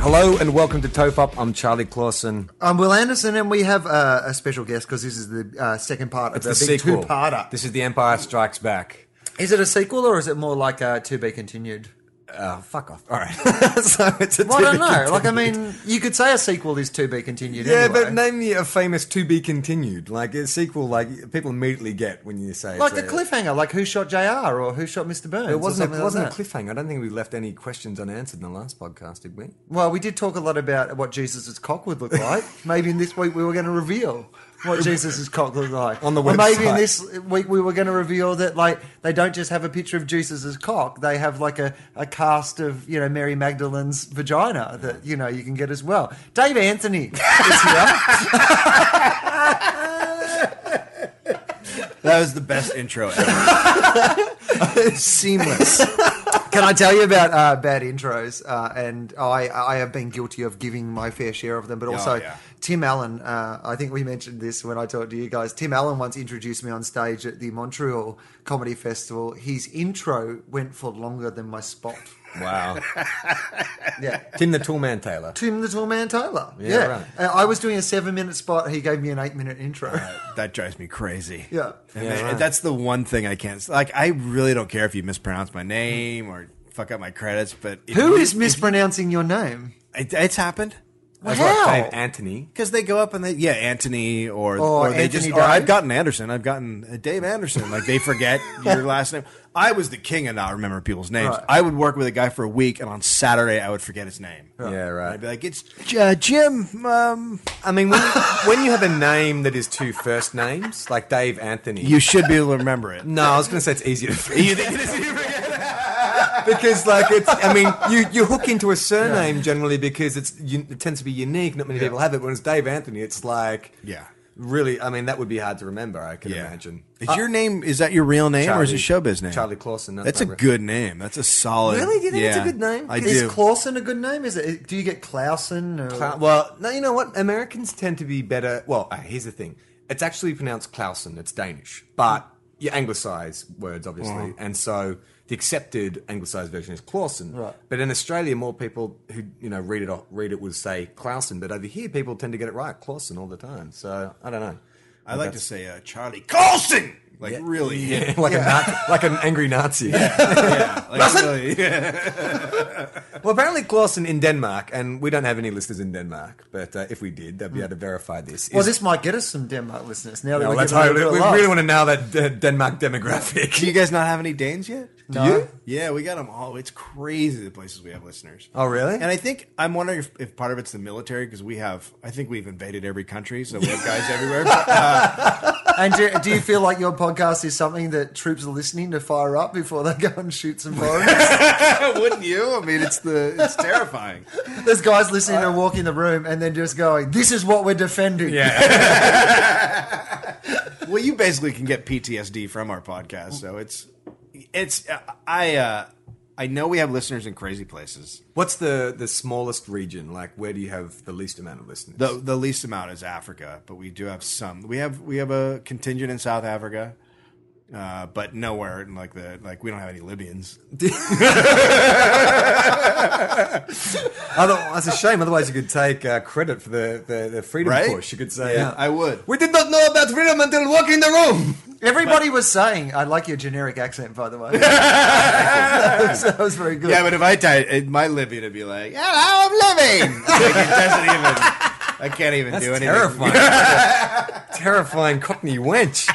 Hello and welcome to Toph Up. I'm Charlie Clausen. I'm Um, Will Anderson, and we have uh, a special guest because this is the uh, second part of It's the, the big sequel. two-parter. This is The Empire Strikes Back. Is it a sequel or is it more like uh, to be continued? Oh, fuck off. All right. so it's a Well, I to don't be know. Like, I continued. mean, you could say a sequel is to be continued. Yeah, anyway. but name me a famous to be continued. Like a sequel, like people immediately get when you say like it's the a- cliffhanger, like who shot Jr. or who shot Mr. Burns. It wasn't. Or A, it wasn't a cliff. cliffhanger. I don't think we left any questions unanswered in the last podcast, did we? Well, we did talk a lot about what Jesus' cock would look like. maybe in this week we were going to reveal what Jesus' cock looked like On the Or maybe in website. this week we were going to reveal that like they don't just have a picture of Jesus' cock; they have like a, a cast of you know Mary Magdalene's vagina that you know you can get as well. Dave Anthony is here. That was the best intro ever. seamless. Can I tell you about uh, bad intros? Uh, and I, I have been guilty of giving my fair share of Oh, them, but also yeah. Tim Allen. Uh, I think we mentioned this when I talked to you guys. Tim Allen once introduced me on stage at the Montreal Comedy Festival. His intro went for longer than my spot. Wow. Yeah. Tim the Tool Man Taylor. Tim the Tall Man Taylor. Yeah, Yeah. right. Uh, I was doing a seven minute spot. He gave me an eight minute intro. that drives me crazy. Yeah. And Yeah, that- right. That's the one thing I can't. Like, I really don't care if you mispronounce my name or fuck up my credits, but if Who you- is mispronouncing your name? It, it's happened That's How? right, Dave Anthony. because they go up and they yeah Anthony or Oh, or they Anthony just Dave? or I've gotten Anderson, I've gotten uh, Dave Anderson. Like they forget your last name. I was the king of not remembering people's names. Right. I would work with a guy for a week, and on Saturday I would forget his name. Yeah, And right. I'd be like, it's uh, Jim. Um, I mean, when, when you have a name that is two first names, like Dave Anthony. you should be able to remember it. no, I was going to say it's easier to because like it's I mean you, you hook into a surname generally because it's you, it tends to be unique not many people have it when it's Dave Anthony it's like Yeah. really I mean that would be hard to remember I can Yeah. imagine Uh, Is your name is that your real name or is it Charlie- showbiz name? Charlie Clausen that's That's my a real- good name. That's a solid. Really? Do you think it's a yeah. good name? I Is do. Clausen a good name? Is it? Do you get Clausen? Or... Cla- well no you know what Americans tend to be better well uh, here's the thing it's actually pronounced Clausen it's Danish but you anglicize words obviously Mm-hmm. and so the accepted anglicized version is Clausen Right. but in Australia more people who you know read it off- read it would say Clausen but over here people tend to get it right Clausen all the time so I don't know I like to say uh, Charlie Carlson. Like really, yeah. like a Nazi, like an angry Nazi. Like, really. Well, apparently Clausen in Denmark, and we don't have any listeners in Denmark, but uh, if we did, they'd be able to verify this. Mm. Well, is- this might get us some Denmark listeners now that No, we're let's getting a hope- we little really want to nail that uh, Denmark Do demographic. you guys not have any Danes yet? No. Do you? Yeah, we got them all. It's crazy the places we have listeners. Oh, really? And I think I'm wondering if, if part of it's the military because we have. I think we've invaded every country, so we have guys everywhere. But, uh, And do, do you feel like your podcast is something that troops are listening to fire up before they go and shoot some foreigners? wouldn't you? I mean, it's the Uh, it's terrifying. There's guys listening to walk in the room and then just going, "This is what we're defending." yeah, well, you basically can get PTSD from our podcast, so it's it's I uh, I know we have listeners in crazy places. what's the the smallest region? Like, where do you have the least amount of listeners? The the least amount is Africa, but we do have some. We have we have a contingent in South Africa, uh, but nowhere in like the like we don't have any Libyans. Otherwise, it's oh, a shame. Otherwise, you could take uh, credit for the, the, the freedom Right? push. You could say, uh, I would. "We did not know about freedom until walking the room." Everybody was saying, "I like your generic accent, by the way." that, was, that was very good. Yeah, but if I died, it- my Libyan would be like, "Hello, I'm living." like, it doesn't even. I can't even do anything. terrifying, terrifying Cockney wench.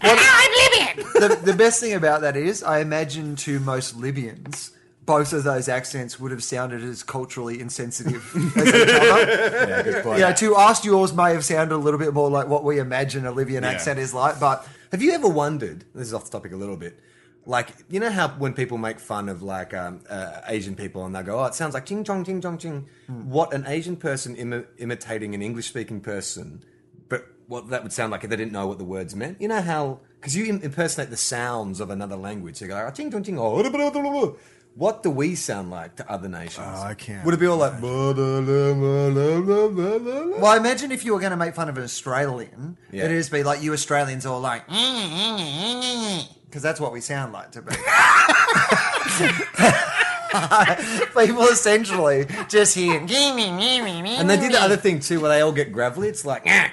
the, the best thing about that is, I imagine to most Libyans, both of those accents would have sounded as culturally insensitive as each other. Yeah, good point. Yeah, to ask yours may have sounded a little bit more like what we imagine a Libyan Yeah. accent is like, but Have you ever wondered? This is off topic a little bit. Like you know how when people make fun of like um, uh, Asian people and they go, "Oh, it sounds like ching chong ching chong ching." Hmm. What an Asian person Im- imitating an English speaking person, but what that would sound like if they didn't know what the words meant. You know how because you im- impersonate the sounds of another language. So you go, oh, "Ching chong ching." Oh, blah, blah, blah, blah, blah." what do we sound like to other nations? Oh, I can't Would it be all like? "Blah, blah, blah, blah, blah, blah, blah, blah, blah." well, I imagine if you were going to make fun of an Australian, Yeah. it'd just be like you Australians all like, "Mm, because that's what we sound like to be. People essentially just hear. And they did the other thing too, where they all get gravelly. It's like, "Ah,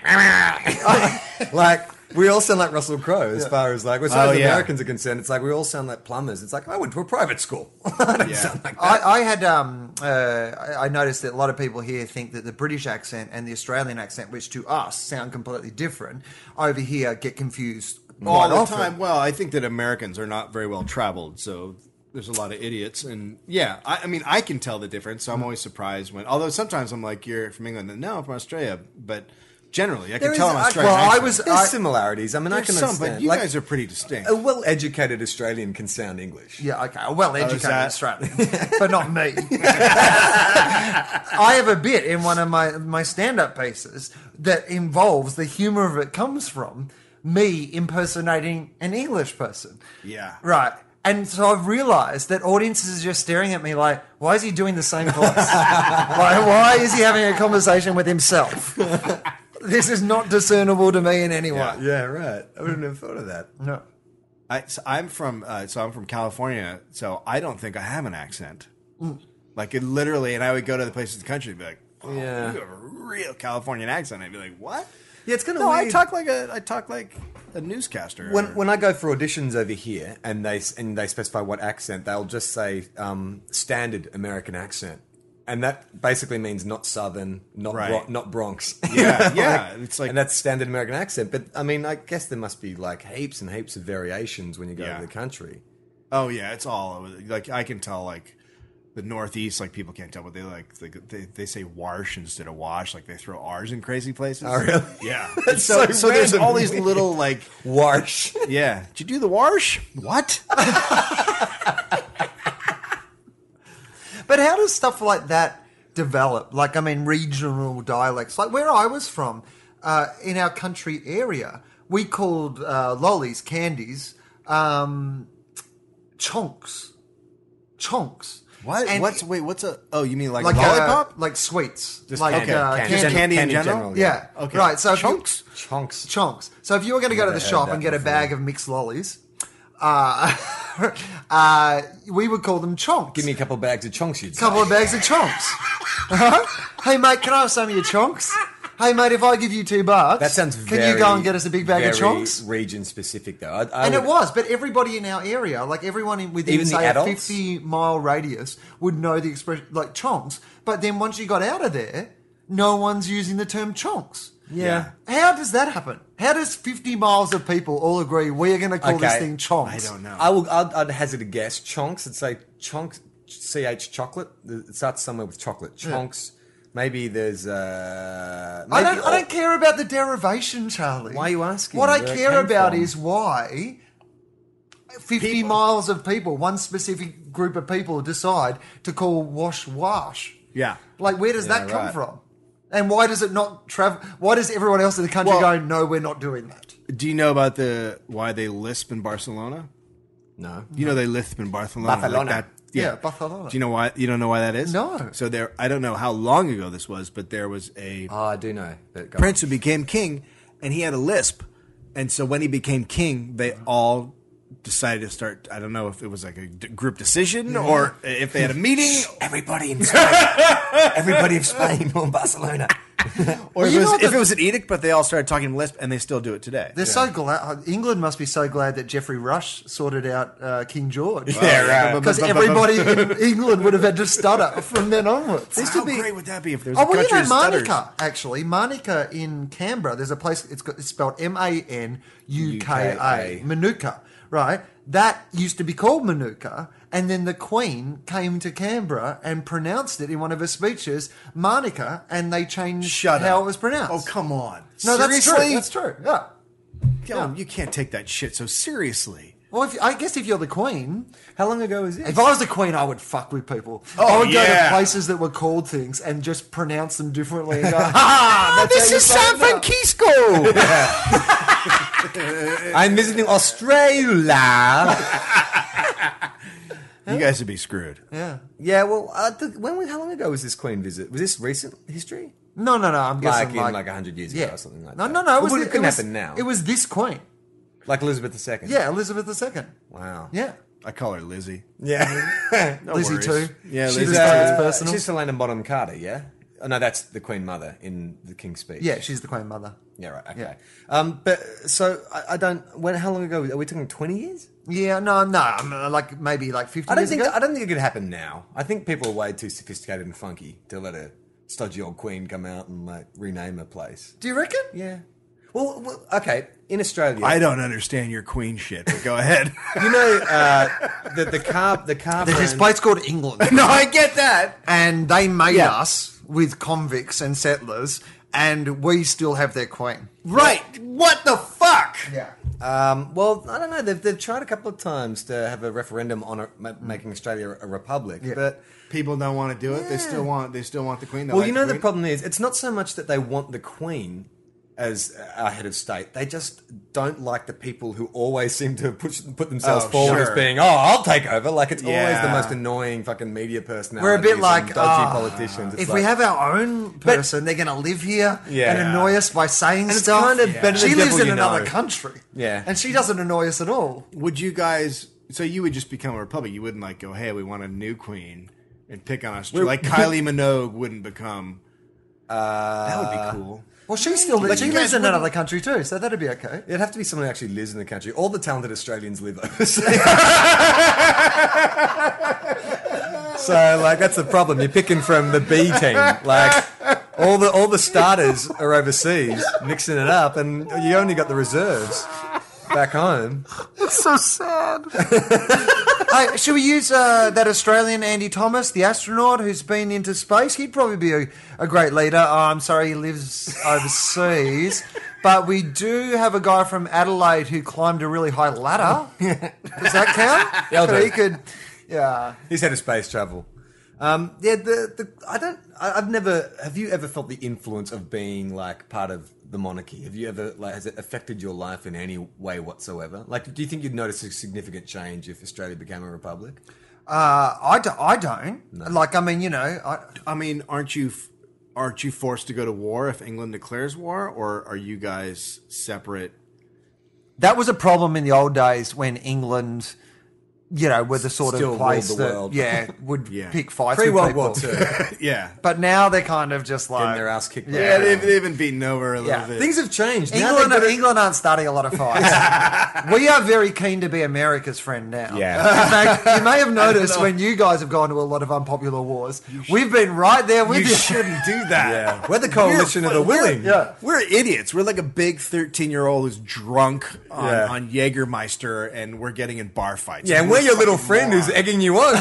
like we all sound like Russell Crowe as far as like, as far Oh, as yeah. Americans are concerned. It's like we all sound like plumbers. It's like I went to a private school. I don't Yeah. sound like that. I, I had um, uh, I I noticed that a lot of people here think that the British accent and the Australian accent, which to us sound completely different, over here get confused all quite the often. time. Well, I think that Americans are not very well traveled, so there's a lot of idiots. And yeah, I, I mean, I can tell the difference. So I'm always surprised when, although sometimes I'm like, "You're from England," and no, I'm from Australia. But generally, I can There tell is- I'm I- Australian. well, I accent. was- There's I- similarities. I mean, I There's can some, understand. but you like, uh, guys are pretty distinct. a well-educated Australian can sound English. Yeah, okay. A well educated Oh, that- Australian, but not me. I have a bit in one of my, my stand up pieces that involves the humor of it comes from me impersonating an English person. Yeah. Right. And so I've realized that audiences are just staring at me like, why is he doing the same voice? like, why is he having a conversation with himself? this is not discernible to me in any way. Yeah. Yeah, right. I wouldn't have thought of that. No. I, so I'm from uh, so I'm from California, so I don't think I have an accent. Like it literally, and I would go to the places in the country and be like, oh, Yeah. you have a real Californian accent." I'd be like, "What?" Yeah, it's kind of No, weird. I talk like a I talk like a newscaster. when when I go for auditions over here and they and they specify what accent, they'll just say um, standard American accent, and that basically means not Southern, not Right. Bro- not Bronx. yeah, yeah, it's like and that's standard American accent. But I mean, I guess there must be like heaps and heaps of variations when you go Yeah. to the country. Oh yeah, it's all over. the- like I can tell like the Northeast, like people can't tell, but they like they they, they say "warsh" instead of "wash." Like they throw "r's" in crazy places. Oh, really? Yeah. That's so so so, there's random. all these little like Warsh. yeah. Did you do the "warsh"? What? But how does stuff like that develop? Like, I mean, regional dialects. Like where I was from, uh, in our country area, we called uh, lollies candies um, chonks, chonks. What? And what's wait? What's a? Oh, you mean like, like a lollipop? uh, like sweets, Just like okay, uh, candy. candy. Just candy in candy in general? general, Yeah. Okay. Right. So if you- chunks. Chonks. chunks. So if you were going to go to Never the heard shop that and get a before. bag of mixed lollies, uh, uh, we would call them chonks. Give me a couple bags of chonks. You'd couple say. of bags of chonks. Huh? hey mate, can I have some of your chonks? Hey mate, if I give you two bucks, That sounds. Can very, you go and get us a big bag of very chonks? Region specific though. I, I And it would- was, but everybody in our area, like everyone in, within Even the say a adults? fifty mile radius, would know the expression like chonks. But then once you got out of there, no one's using the term chonks. Yeah. How does that happen? How does fifty miles of people all agree we are going to call this Okay. thing chonks? I don't know. I will. I'd, I'd hazard a guess. Chonks. I'd say chonks. Ch chocolate. It starts somewhere with chocolate. Chonks. Maybe there's. Uh, I maybe don't, I don't care about the derivation, Charlie. Why are you asking What I where it care came about from? is why 50 People- miles of people, one specific group of people, decide to call wash wash. Yeah. Like, where does Yeah, that come right. from? And why does it not travel? Why does everyone else in the country go, Well- no, we're not doing that? Do you know about the why they lisp in Barcelona? No. You know they lisp in Barcelona. like Barcelona. that- Yeah, Barcelona. Do you know why? You don't know why that is? No. So there, I don't know how long ago this was, but there was a Oh, I do know. But go on. prince who became king, and he had a lisp, and so when he became king, they all decided to start. I don't know if it was like a d- group decision or if they had a meeting, Everybody in Spain. everybody of Spain or Barcelona. or if, you it was, know if the- it was an edict. But they all started talking lisp, and they still do it today. They're so glad. England must be so glad that Geoffrey Rush sorted out uh, King George. Yeah, right. Because everybody in England would have had to stutter from then onwards. How great would that be if there was Oh, a well, you country know, that stutters? Manuka, actually. Manuka in Canberra, there's a place, it's, got, it's spelled M A N U K UKA. A, Manuka, right? That used to be called Manuka, and then the Queen came to Canberra and pronounced it in one of her speeches, Manuka, and they changed Shut how up. it was pronounced. Oh come on! No, that's true. Seriously? That's true. Yeah. Yo, Oh, you can't take that shit so seriously. Well, if, I guess if you're the Queen, How long ago was this? If I was the queen, I would fuck with people. I would go to Oh, yeah. places that were called things and just pronounce them differently. And go, ah, this is San Francisco. I'm visiting Australia. you guys would be screwed. Yeah. yeah. Well, I think- when? was- How long ago was this Queen visit? Was this recent history? No, no, no. I'm Like guessing in like, like hundred years yeah, ago or something like no, that. no, no. It Well, was it it couldn't was- happen now. It was this queen. like Elizabeth II. Yeah, Elizabeth II. Wow. Yeah. I call her Lizzie. Yeah. No Lizzie worries. too. Yeah, She Lizzie. just thought it was Uh, personal. She's Helena Bonham Carter, yeah? Oh, no, that's the Queen Mother in the King's Speech. yeah, she's the Queen Mother. Yeah, right. Okay. Yeah. Um, but so I, I don't. When? How long ago? Are we talking twenty years? Yeah, no, no, I'm, uh, like maybe like fifty. I don't years think. ago. I don't think it could happen now. I think people are way too sophisticated and funky to let a stodgy old queen come out and like rename a place. Do you reckon? Yeah. Well, well okay. In Australia, I don't understand your queen shit, but go ahead. you know uh, the the car the car There's this brand- place called England, no, I get that. and they made Yeah. us with convicts and settlers, and we still have their queen. Right. What the fuck? Yeah. Um, well, I don't know. They've, they've tried a couple of times to have a referendum on a, ma- making Australia a republic, Yeah. but People don't want to do it. They Yeah. still want. They still want the queen. They Well, like you know, the, the queen. problem is it's not so much that they want the Queen as our head of state. They just don't like the people who always seem to push, put themselves Oh, forward sure. as being, oh, I'll take over. Like, it's always the Yeah. most annoying fucking media personality. like, dodgy "Ah, politicians. It's if we like- have our own person, they're going to live here Yeah. and annoy us by saying it's stuff. kind of better she the lives devil in you another know. country. Yeah. And she doesn't annoy us at all. Would you guys? So you would just become a republic. You wouldn't like go, hey, we want a new queen and pick on Australia. Like Kylie Minogue wouldn't become. Uh, that would be cool. Well, she still Like, lives. She you lives guys in another country too, so that'd be okay. It'd have to be someone who actually lives in the country. All the talented Australians live overseas. so, like, that's the problem. You're picking from the B team. Like, all the all the starters are overseas, mixing it up, and you only got the reserves back home. It's so sad. hey, should we use uh, that Australian Andy Thomas, the astronaut who's been into space? He'd probably be a, a great leader. Oh, I'm sorry, he lives overseas. But we do have a guy from Adelaide who climbed a really high ladder. Does that count? Yeah, I'll do So he it. could. Yeah. He's head of space travel. Um, yeah, the, the I don't. I, I've never. Have you ever felt the influence of being like part of the monarchy? Have you ever like has it affected your life in any way whatsoever? Like, do you think you'd notice a significant change if Australia became a republic? Uh, I, do, I don't. Like, I mean, you know, I, I mean, aren't you? f- Aren't you forced to go to war if England declares war, or are you guys separate? that was a problem in the old days when England, you know, were the sort Still ruled of place the that world. yeah would Yeah. pick fights Pre with World people. War Two, Yeah, But now they're kind of just getting like their ass kicked. by yeah, the they've, British. they've been beaten over a little Yeah. bit. things have changed. Now England, they've got to- England aren't starting a lot of fights. we are very keen to be America's friend now. Yeah. In fact, you may have noticed when you guys have gone to a lot of unpopular wars, we've been right there with you you. shouldn't do that. Yeah. We're the coalition of the willing. Yeah. We're idiots. We're like a big 13 year old who's drunk on, Yeah. on Jägermeister and we're getting in bar fights. Yeah, and we're your little friend who's egging you on.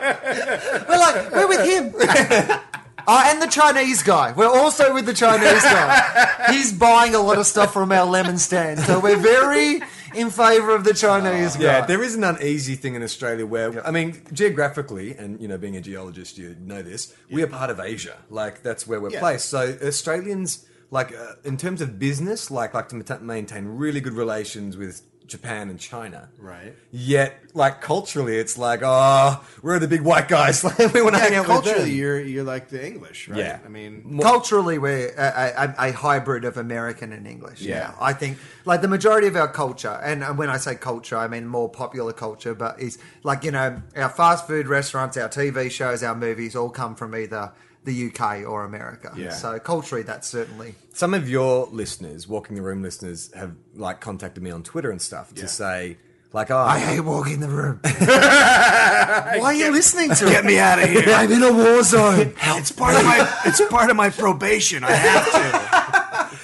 We're like, we're with him. Oh, and the Chinese guy. We're also with the Chinese guy. He's buying a lot of stuff from our lemon stand. So we're very in favor of the Chinese guy. yeah, there is an uneasy thing in Australia where I mean, geographically, and you know, being a geologist, you know this. We are part of Asia. Like that's where we're Yeah. placed. So Australians, like uh, in terms of business, like like to mat- maintain really good relations with Japan and China. Right. Yet, like culturally, it's like, oh, we're the big white guys. Like, we want to hang Yeah, out with culturally, them. you're, you're like the English, right? Yeah. I mean, culturally we're a, a, a hybrid of American and English. Yeah. Yeah, I think like the majority of our culture, and and when I say culture, I mean more popular culture, but it's like you know our fast food restaurants, our TV shows, our movies all come from either the UK or America. Yeah. So culturally, that's certainly some of your listeners, walking the room listeners, have like contacted me on Twitter and stuff to Yeah. say like, oh, I hate walking the room. Why are you listening to it? get me out of here. I'm in a war zone. It's part of my it's part of my probation. I have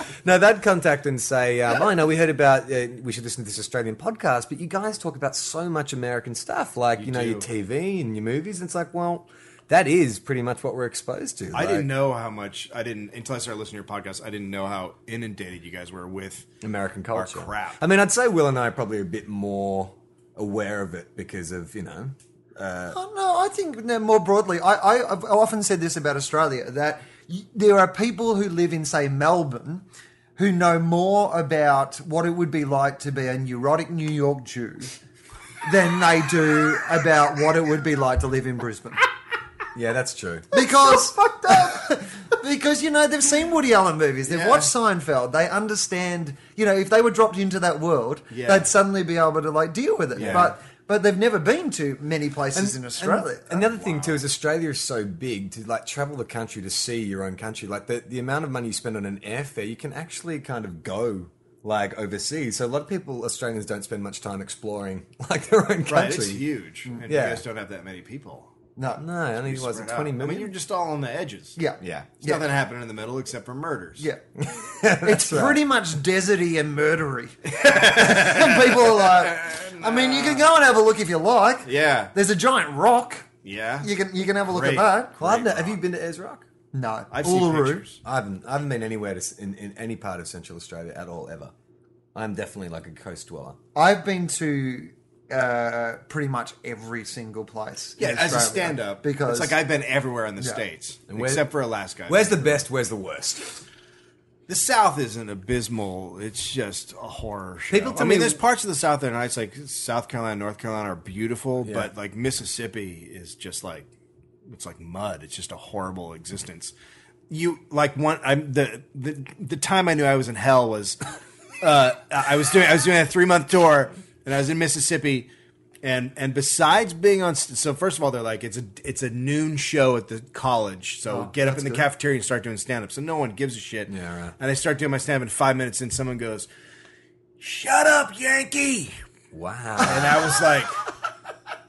to. no, they'd contact and say, um, I know we heard about uh, we should listen to this Australian podcast, but you guys talk about so much American stuff, like you, know do. your TV and your movies. And it's like, well, that is pretty much what we're exposed to. I like, didn't know how much I didn't until I started listening to your podcast. I didn't know how inundated you guys were with American culture. crap. I mean, I'd say Will and I are probably a bit more aware of it because of you know Oh, no, I think no, more broadly, I, I, I've often said this about Australia that y- there are people who live in, say, Melbourne, who know more about what it would be like to be a neurotic New York Jew than they do about what it would be like to live in Brisbane. yeah, that's true. Because. Because you know they've seen Woody Allen movies, they've Yeah. watched Seinfeld, they understand. You know, if they were dropped into that world, Yeah. they'd suddenly be able to like deal with it. Yeah. But but they've never been to many places in Australia. And, the other thing too is Australia is so big to like travel the country to see your own country. Like the, the amount of money you spend on an airfare, you can actually kind of go like overseas. So a lot of people, Australians, don't spend much time exploring like their own country. Right, it's huge, and Yeah. you guys don't have that many people. no, No, only was it Spread out. twenty I mean, million. you're just all on the edges. yeah, yeah. There's nothing happening in the middle except for murders. yeah. it's pretty much deserty and murdery. and people are like, I mean, you can go and have a look if you like. Yeah. There's a giant rock. Yeah. You can you can have a look Great. at that. Well, I've ne- have you been to Ayers Rock? No, I've Uluru. seen pictures. I haven't. I haven't been anywhere to, s- in, in any part of Central Australia at all ever. I'm definitely like a coast dweller. I've been to uh, pretty much every single place. in Yeah, as a Australia stand up. because Because it's like I've been everywhere in the States. And where- except for Alaska. Where's the best? Where's the worst? The South isn't abysmal. It's just a horror show. People tell I mean, me- there's parts of the South that are nice, like South Carolina, North Carolina are beautiful, Yeah. but like Mississippi is just like it's like mud. It's just a horrible existence. You like one? I'm the the the time I knew I was in hell was uh, I was doing I was doing a three month tour and I was in Mississippi. And and besides being on, st- so first of all, they're like it's a it's a noon show at the college, so get up in the cafeteria and start doing stand up. So no one gives a shit. Oh, Yeah, right. And I start doing my stand up, and five minutes in, someone goes, Shut up, Yankee. Wow! And I was like,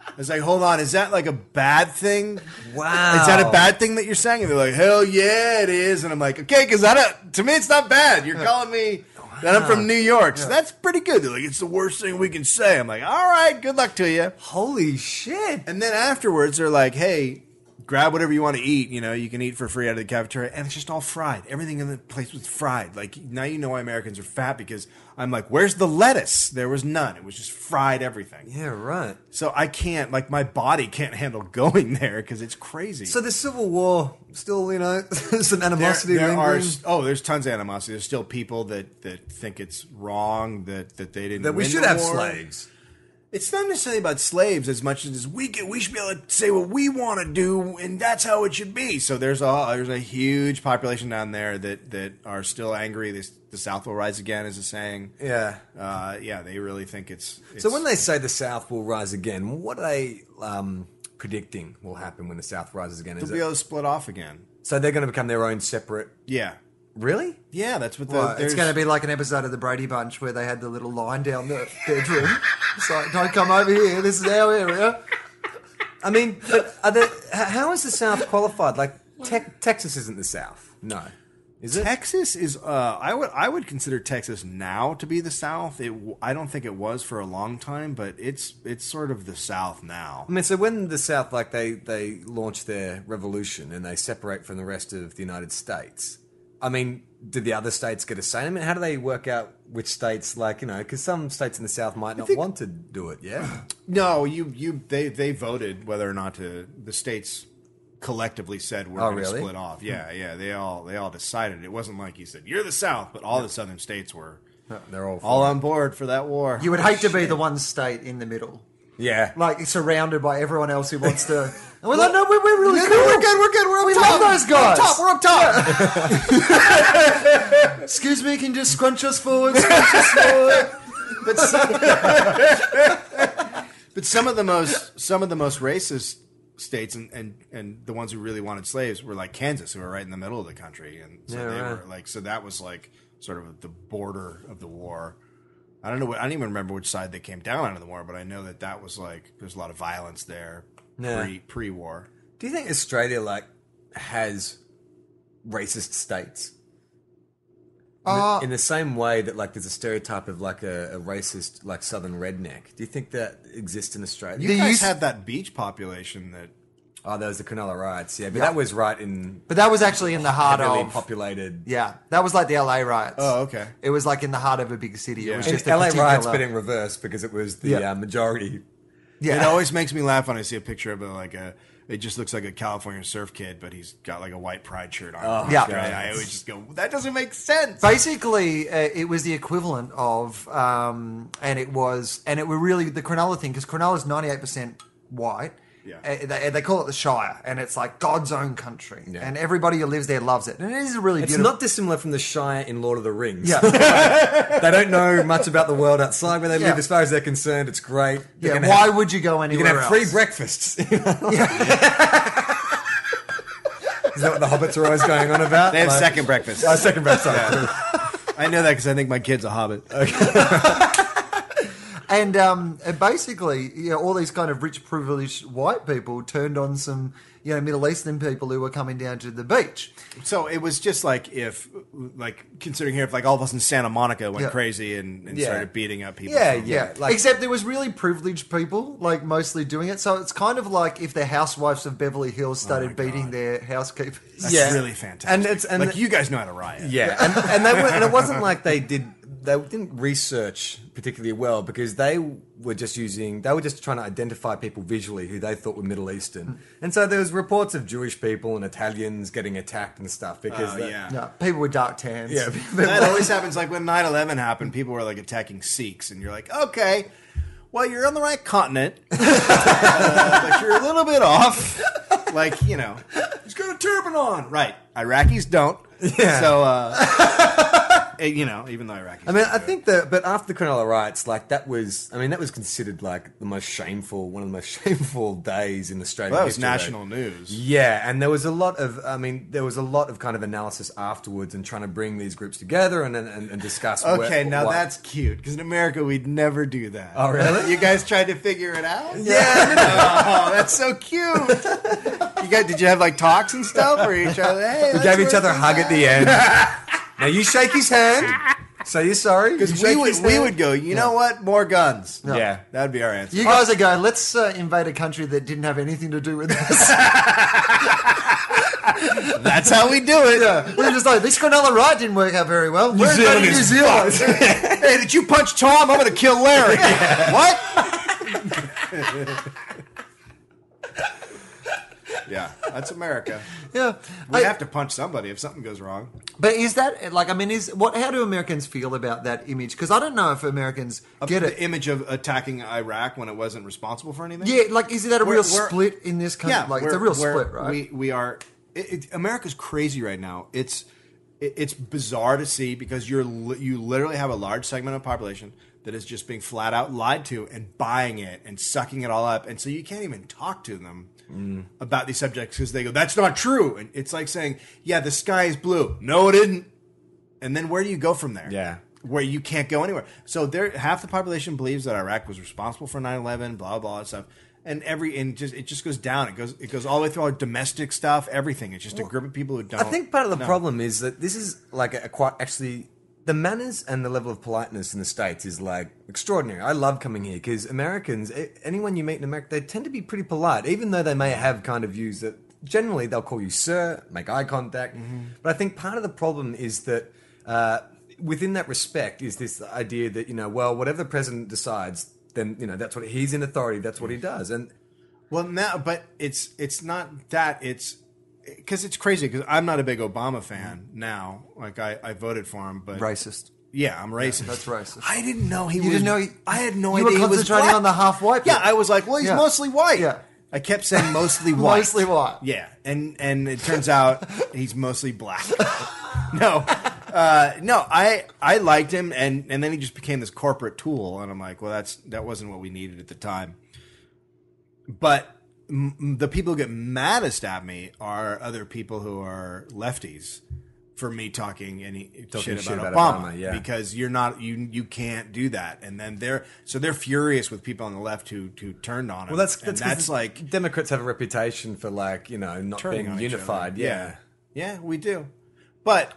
I was like, hold on, is that like a bad thing? wow! Is that a bad thing that you're saying? And they're like, hell yeah, it is. And I'm like, okay, because I don't, to me, it's not bad. You're calling me that I'm from New York. So that's pretty good. They're like, it's the worst thing we can say. I'm like, all right, good luck to you. Holy shit! And then afterwards, they're like, hey, grab whatever you want to eat. You know, you can eat for free out of the cafeteria. And it's just all fried. Everything in the place was fried. Like, now you know why Americans are fat because I'm like, where's the lettuce? There was none. It was just fried everything. Yeah, right. So I can't, like, my body can't handle going there because it's crazy. So the Civil War still, you know, some there, animosity there are lingering s- oh, there's tons of animosity. There's still people that, that think it's wrong that, that they didn't that we win should the have war. slaves. It's not necessarily about slaves as much as we can, we should be able to say what we want to do, and that's how it should be. So there's a there's a huge population down there that that are still angry. This, the South will rise again, is a saying. Yeah. Uh, yeah, they really think it's, it's So when they say the South will rise again, what are they um, predicting will happen when the South rises again? Is they'll be it, able to split off again. so they're going to become their own separate. Yeah, Really? yeah, that's what the, Well, it's there's- going to be like an episode of the Brady Bunch where they had the little line down the bedroom. It's like, don't come over here. This is our area. I mean, but are there, h- how is the South qualified? Like, te- Texas isn't the South. No. Is it? Texas is. Uh, I would I would consider Texas now to be the South. It w- I don't think it was for a long time, but it's it's sort of the South now. I mean, so when the South, like, they, they launch their revolution and they separate from the rest of the United States, I mean, do the other states get a say? I mean, how do they work out which states, like, you know, because some states in the South might not think- want to do it, yeah? No, you you they they voted whether or not to the states collectively said we're Oh, going to really? split off. Yeah, yeah, they all they all decided. It wasn't like you said you're the South, but all the southern states were They're all. all on board for that war. You would hate to be the one state in the middle, yeah. like surrounded by everyone else who wants to. And we're like, no, we're, we're really No, no, cool. we're good, we're good, we're up we top. love those We're up guys. top, we're up top. Excuse me, can you just scrunch us forward? Scrunch us forward. but some, but some of the most some of the most racist states and, and and the ones who really wanted slaves were like Kansas, who were right in the middle of the country, and so Yeah, they right. were like so that was like sort of the border of the war. I don't know. What, I don't even remember which side they came down on in the war, but I know that that was like there's a lot of violence there Yeah. pre pre war. Do you think Australia like has racist states Uh, in the same way that like there's a stereotype of like a, a racist like southern redneck? Do you think that exists in Australia? You They guys used- had that beach population that oh, there was the Cronulla riots, yeah, but that was right in but that was actually in the heart heavily of. populated. yeah, that was like the LA riots. Oh, okay. It was like in the heart of a big city. It Yeah. was In just It's a LA riots, particular- but in reverse because it was the Yeah. uh, majority. yeah. It always makes me laugh when I see a picture of a, like a. It just looks like a California surf kid, but he's got like a white pride shirt on. Oh, Uh-huh. Yeah. Right? I always just go, that doesn't make sense. basically uh, it was the equivalent of um, and it was and it were really the cronulla thing because cronulla is 98% white Yeah. eh, they, they call it the Shire, and it's like God's own country, Yeah. and everybody who lives there loves it. And it is a really It's beautiful. not dissimilar from the Shire in Lord of the Rings. yeah, they don't know much about the world outside where they Yeah. live. As far as they're concerned, it's great. They're yeah. gonna Why have- would you go you're anywhere gonna have free else? breakfasts? you know? Is that what the hobbits are always going on about? They have Like- second breakfast. Oh, second breakfast. sorry. I know that because I think my kid's a hobbit. and um, and basically, you know, all these kind of rich, privileged white people turned on some, you know, Middle Eastern people who were coming down to the beach. So it was just like if, like considering here, if like all of us in Santa Monica went Yeah. crazy and, and Yeah. started beating up people. Yeah, from- yeah. Like, Except there was really privileged people, like mostly doing it. So it's kind of like if the housewives of Beverly Hills Oh started beating their housekeepers. That's Yeah. really fantastic. And it's- and like the- you guys know how to riot. Yeah, and, and they were, and it wasn't like they did they didn't research particularly well because they were just using they were just trying to identify people visually who they thought were Middle Hmm. Eastern, and so there was reports of Jewish people and Italians getting attacked and stuff because Oh, they- yeah. No, people with dark tans. yeah. That always happens. Like when 9 11 happened, people were like attacking Sikhs, and you're like, okay, well, you're on the right continent, uh, but you're a little bit off. Like, you know, he's got a turban on. Right. Iraqis don't. Yeah. So, uh, eh, you know, even though Iraqis. I mean, I think that, but after the Cronulla riots, like that was, I mean, that was considered like the most shameful, one of the most shameful days in Australian. that was history, though. national news. Yeah, and there was a lot of, I mean, there was a lot of kind of analysis afterwards and trying to bring these groups together and and, and discuss. where- Okay, now what- that's cute because in America we'd never do that. Oh, really? You guys tried to figure it out? yeah, no, no, Oh, that's so cute. you guys, did you have like talks and stuff, or you each other? Hey, We gave each other a hug at the end. now you shake his hand. Say you're sorry. You because we shake would his we hand. would go. You know what? More guns. Yeah. Yeah. that'd be our answer. You guys are going, let's uh, invade a country that didn't have anything to do with this. That's how we do it. We're just like, this Cronulla riot didn't work out very well. We're invading New is Zealand. hey, did you punch Tom? I'm gonna kill Larry. What? yeah, that's America. Yeah. We I- have to punch somebody if something goes wrong. But is that, like, I mean, is what? how do Americans feel about that image? Because I don't know if Americans get the it. image of attacking Iraq when it wasn't responsible for anything. Yeah, like, is that a We're- real we're- split in this country? like, it's a we're- real we're- split, right? We we are. It, it, America's crazy right now. It's it, it's bizarre to see because you're li- you literally have a large segment of the population that is just being flat out lied to and buying it and sucking it all up, and so you can't even talk to them Mm. about these subjects because they go, "That's not true," and it's like saying, "Yeah, the sky is blue." No, it isn't. And then where do you go from there? Yeah. Where you can't go anywhere. So there half the population believes that Iraq was responsible for 9/11, blah blah, blah and stuff. And every and just it just goes down. It goes it goes all the way through our domestic stuff, everything. It's just a group of people who don't I think part of the know. problem is that this is like a, a quite actually the manners and the level of politeness in the states is like extraordinary. I love coming here because Americans, a- anyone you meet in America, they tend to be pretty polite, even though they may have kind of views that generally they'll call you sir, make eye contact. Mm-hmm. But I think part of the problem is that. Uh, Within that respect is this idea that you know, well, whatever the president decides, then you know that's what he's in authority. That's what he Mm. does, and Well, now, but it's it's not that it's because it's crazy because I'm not a big Obama fan now. Like I, I voted for him, but Mm-hmm. Racist. Yeah, I'm racist. that's racist. I didn't know he You was. didn't know he- I had no You were idea. he was concentrating black. on the half-white Yeah, bit. I was like, well, he's Yeah. mostly white. Yeah. I kept saying mostly white. Mostly white. Yeah, and and it turns out he's mostly black. no, uh, no, I I liked him, and and then he just became this corporate tool, and I'm like, well, that's that wasn't what we needed at the time. But m- m- the people who get maddest at me are other people who are lefties for me talking any shit, shit about about, Obama, Obama, yeah. because you're not you you can't do that, and then they're so they're furious with people on the left who who turned on him. Well, that's And that's, 'cause that's like Democrats have a reputation for like you know not turning being on each other. unified. Yeah. yeah, Yeah, we do, but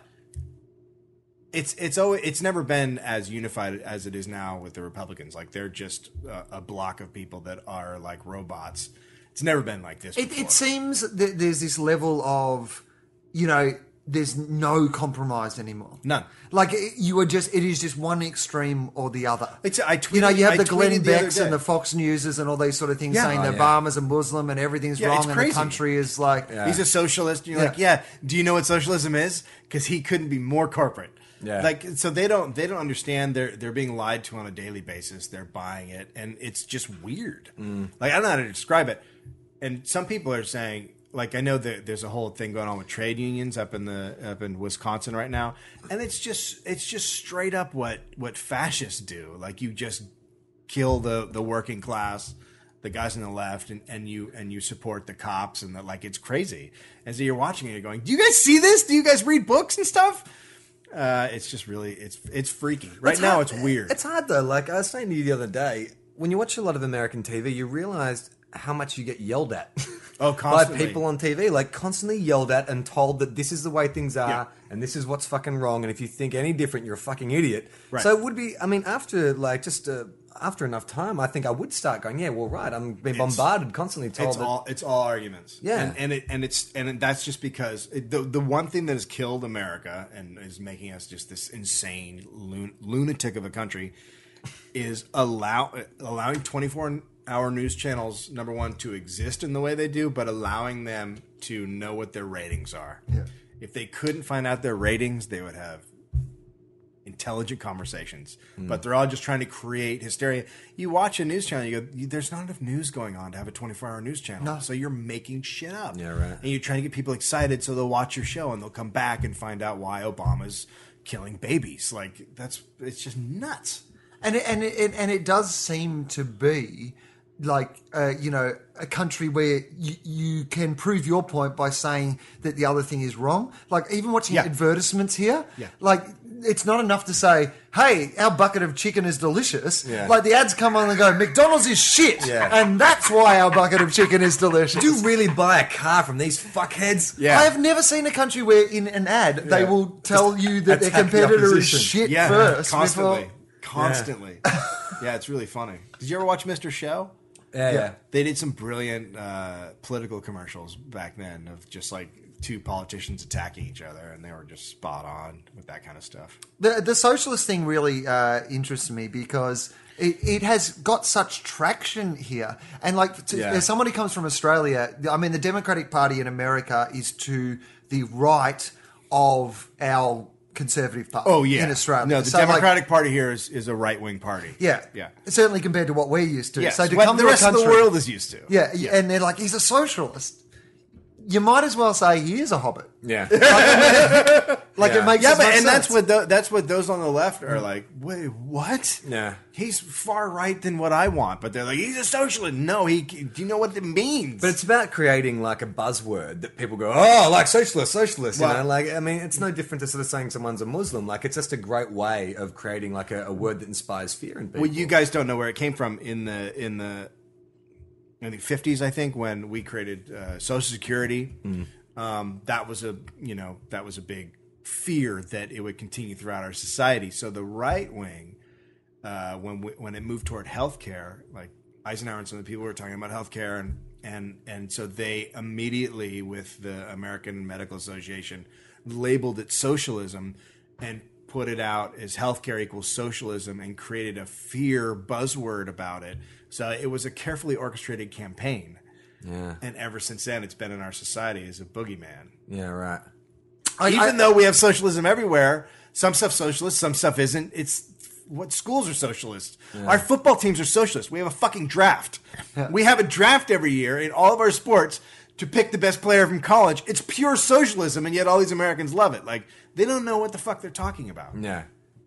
it's it's always it's never been as unified as it is now with the Republicans. Like they're just a, a block of people that are like robots. It's never been like this. It, before. it seems that there's this level of, you know, there's no compromise anymore. None. Like it- you are just, it is just one extreme or the other. It's- I tweeted- you know, you have I the Glenn tweeted the other Becks and day. the Fox Newses and all these sort of things Yeah. saying Oh, that yeah. Obama's a Muslim and everything's Yeah, it's wrong and the crazy. country is like, He's a socialist, and you're like, Yeah. yeah. Do you know what socialism is? Because he couldn't be more corporate. Yeah. Like so they don't they don't understand they're they're being lied to on a daily basis. They're buying it, and it's just weird. Like I don't know how to describe it. and some people are saying like I know that there's a whole thing going on with trade unions up in the up in Wisconsin right now, and it's just it's just straight up what what fascists do. Like you just kill the the working class, the guys on the left, and, and you and you support the cops and the, like it's crazy. And so you're watching it, you're going, do you guys see this? Do you guys read books and stuff? Uh, it's just really it's it's freaky. Right now, hard- it's weird. It's hard though. Like I was saying to you the other day, when you watch a lot of American TV, you realize how much you get yelled at. Oh, constantly. by people on TV, like constantly yelled at and told that this is the way things are Yeah. and this is what's fucking wrong. And if you think any different, you're a fucking idiot. Right. So it would be. I mean, after like just. Uh, after enough time, I think I would start going. Yeah, well, right. I'm being It's- bombarded constantly. Told it's that, all it's all arguments. Yeah. and, and it and it's and that's just because it, the the one thing that has killed America and is making us just this insane lun- lunatic of a country is allow allowing twenty four hour news channels number one to exist in the way they do, but allowing them to know what their ratings are. Yeah. If they couldn't find out their ratings, they would have intelligent conversations, Hmm. but they're all just trying to create hysteria. You watch a news channel, you go, "There's not enough news going on to have a 24-hour news channel." So you're making shit up. Yeah, right. And you're trying to get people excited so they'll watch your show and they'll come back and find out why Obama's killing babies. Like that's it's just nuts. and it, and it, and it does seem to be like uh, you know a country where you, you can prove your point by saying that the other thing is wrong. Like even watching Yeah. advertisements here, Yeah. like it's not enough to say, "Hey, our bucket of chicken is delicious." Yeah. Like the ads come on and go, "McDonald's is shit," Yeah. and that's why our bucket of chicken is delicious. Do you really buy a car from these fuckheads? Yeah. I have never seen a country where in an ad they will tell you that their attack the competitor is opposition. shit yeah, first. constantly, before- constantly. yeah, it's really funny. Did you ever watch Mr. Show? Yeah, yeah. They did some brilliant uh, political commercials back then of just like two politicians attacking each other, and they were just spot on with that kind of stuff. The the socialist thing really uh, interests me because it, it has got such traction here. And like, to, Yeah. as someone who comes from Australia, I mean, the Democratic Party in America is to the right of our Conservative Party. Oh yeah, in Australia. No, the So, like, Democratic Party here is, is a right wing party. yeah, yeah. certainly compared to what we're used to. Yes, So to what come the to rest a country, of the world is used to. yeah, and they're like, he's a socialist. You might as well say he is a hobbit. Yeah. Like Yeah. it makes yeah, as but much and that's sense. Mm-hmm. what tho- that's what those on the left are like. Wait, what? Yeah. he's far right than what I want, but they're like he's a socialist. No, he. Do you know what it means? But it's about creating like a buzzword that people go, oh, like socialist, socialist. You Well- know, like I mean, it's no different to sort of saying someone's a Muslim. Like it's just a great way of creating like a, a word that inspires fear in people. Well, you guys don't know where it came from in the in the in the fifties, I think, when we created uh, Social Security. Um, that was a you know that was a big fear that it would continue throughout our society. So the right wing, uh, when we, when it moved toward healthcare, like Eisenhower and some of the people were talking about healthcare, and and and so they immediately with the American Medical Association labeled it socialism and put it out as healthcare equals socialism and created a fear buzzword about it. So it was a carefully orchestrated campaign. yeah, And ever since then, it's been in our society as a boogeyman. yeah, right. I- Even I- though we have socialism everywhere, some stuff socialist, some stuff isn't. It's what schools are socialist. Our football teams are socialist. We have a fucking draft. We have a draft every year in all of our sports to pick the best player from college. It's pure socialism, and yet all these Americans love it. Like they don't know what the fuck they're talking about. Yeah.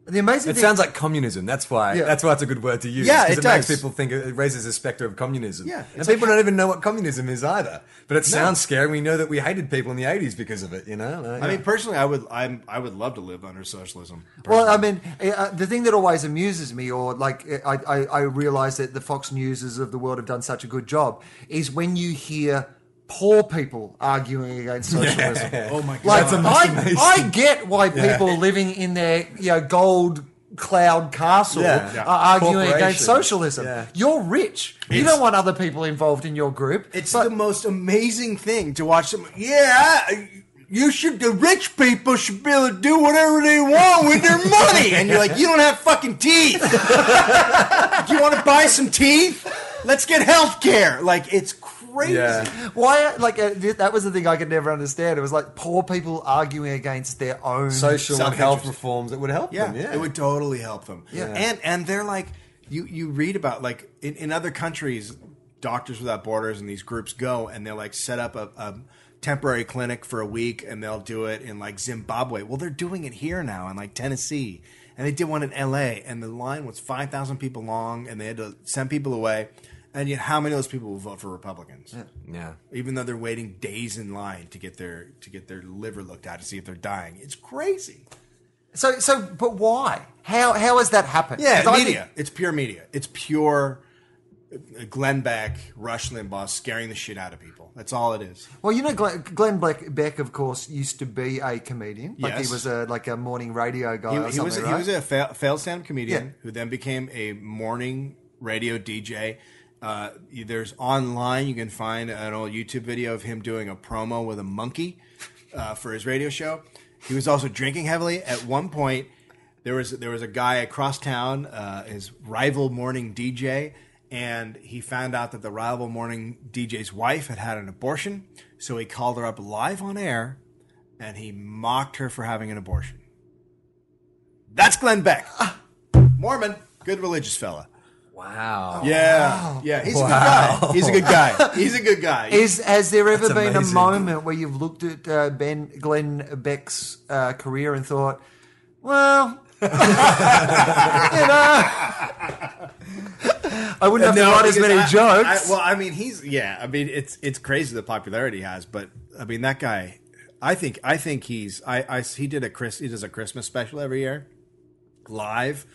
the amazing It thing sounds like communism. That's why. Yeah. That's why it's a good word to use. Yeah, 'cause it does. makes people think it raises the specter of communism. Yeah, and it's people like- don't even know what communism is either. But it sounds scary. We know that we hated people in the eighties because of it. You know. Like, I mean, personally, I would, I'm, I would love to live under socialism. Well, I personally. mean, uh, the thing that always amuses me, or like eh, I, I, I realize that the Fox Newses of the world have done such a good job, is when you hear poor people arguing against socialism. oh my god, Like, That's amazing. I, I get why people living in their you know, gold cloud castle Yeah. Yeah. are arguing against Corporations. socialism. Yeah. You're rich. you It's- don't want other people involved in your group. It's But- the most amazing thing to watch them. Yeah, you should. The rich people should be able to do whatever they want with their money. And you're like, you don't have fucking teeth. do you want to buy some teeth? Let's get health care. Like it's crazy. yeah. Why, like, uh, th- that was the thing I could never understand. It was like poor people arguing against their own Social and health Self-interest. reforms that would help Yeah, them. Yeah, it would totally help them. Yeah. and and they're like, you you read about like in, in other countries, Doctors Without Borders and these groups go and they'll like set up a, a temporary clinic for a week and they'll do it in like Zimbabwe. Well, they're doing it here now in like Tennessee. And they did one in LA and the line was 5,000 people long and they had to send people away. And yet, how many of those people will vote for Republicans? Yeah. Even though they're waiting days in line to get their to get their liver looked at to see if they're dying, it's crazy. So, so, but why? How how has that happened? Yeah, 'Cause I media. it's pure media. It's pure uh, Glenn Beck, Rush Limbaugh scaring the shit out of people. That's all it is. Well, you know, Glenn, Glenn Beck, Beck, of course, used to be a comedian. Like Yes. he was a like a morning radio guy. He, or he something, was right? he was a fail, failed stand-up comedian Yeah. who then became a morning radio DJ. Uh, there's online you can find an old YouTube video of him doing a promo with a monkey uh, for his radio show. He was also drinking heavily. At one point, there was there was a guy across town, uh, his rival morning DJ, and he found out that the rival morning DJ's wife had had an abortion. So he called her up live on air, and he mocked her for having an abortion. That's Glenn Beck. Mormon, good religious fella. Wow. Yeah, Oh, yeah, he's a good guy. He's a good guy. He's a good guy. Is has there ever That's been a amazing. moment where you've looked at uh, Ben Glenn Beck's uh, career and thought, well, you know, I wouldn't have to Uh, No, write as because many I- jokes. I- well, I mean, he's yeah. I mean, it's it's crazy the popularity he has, but I mean that guy. I think I think he's I, I he did a Chris he does a Christmas special every year, live,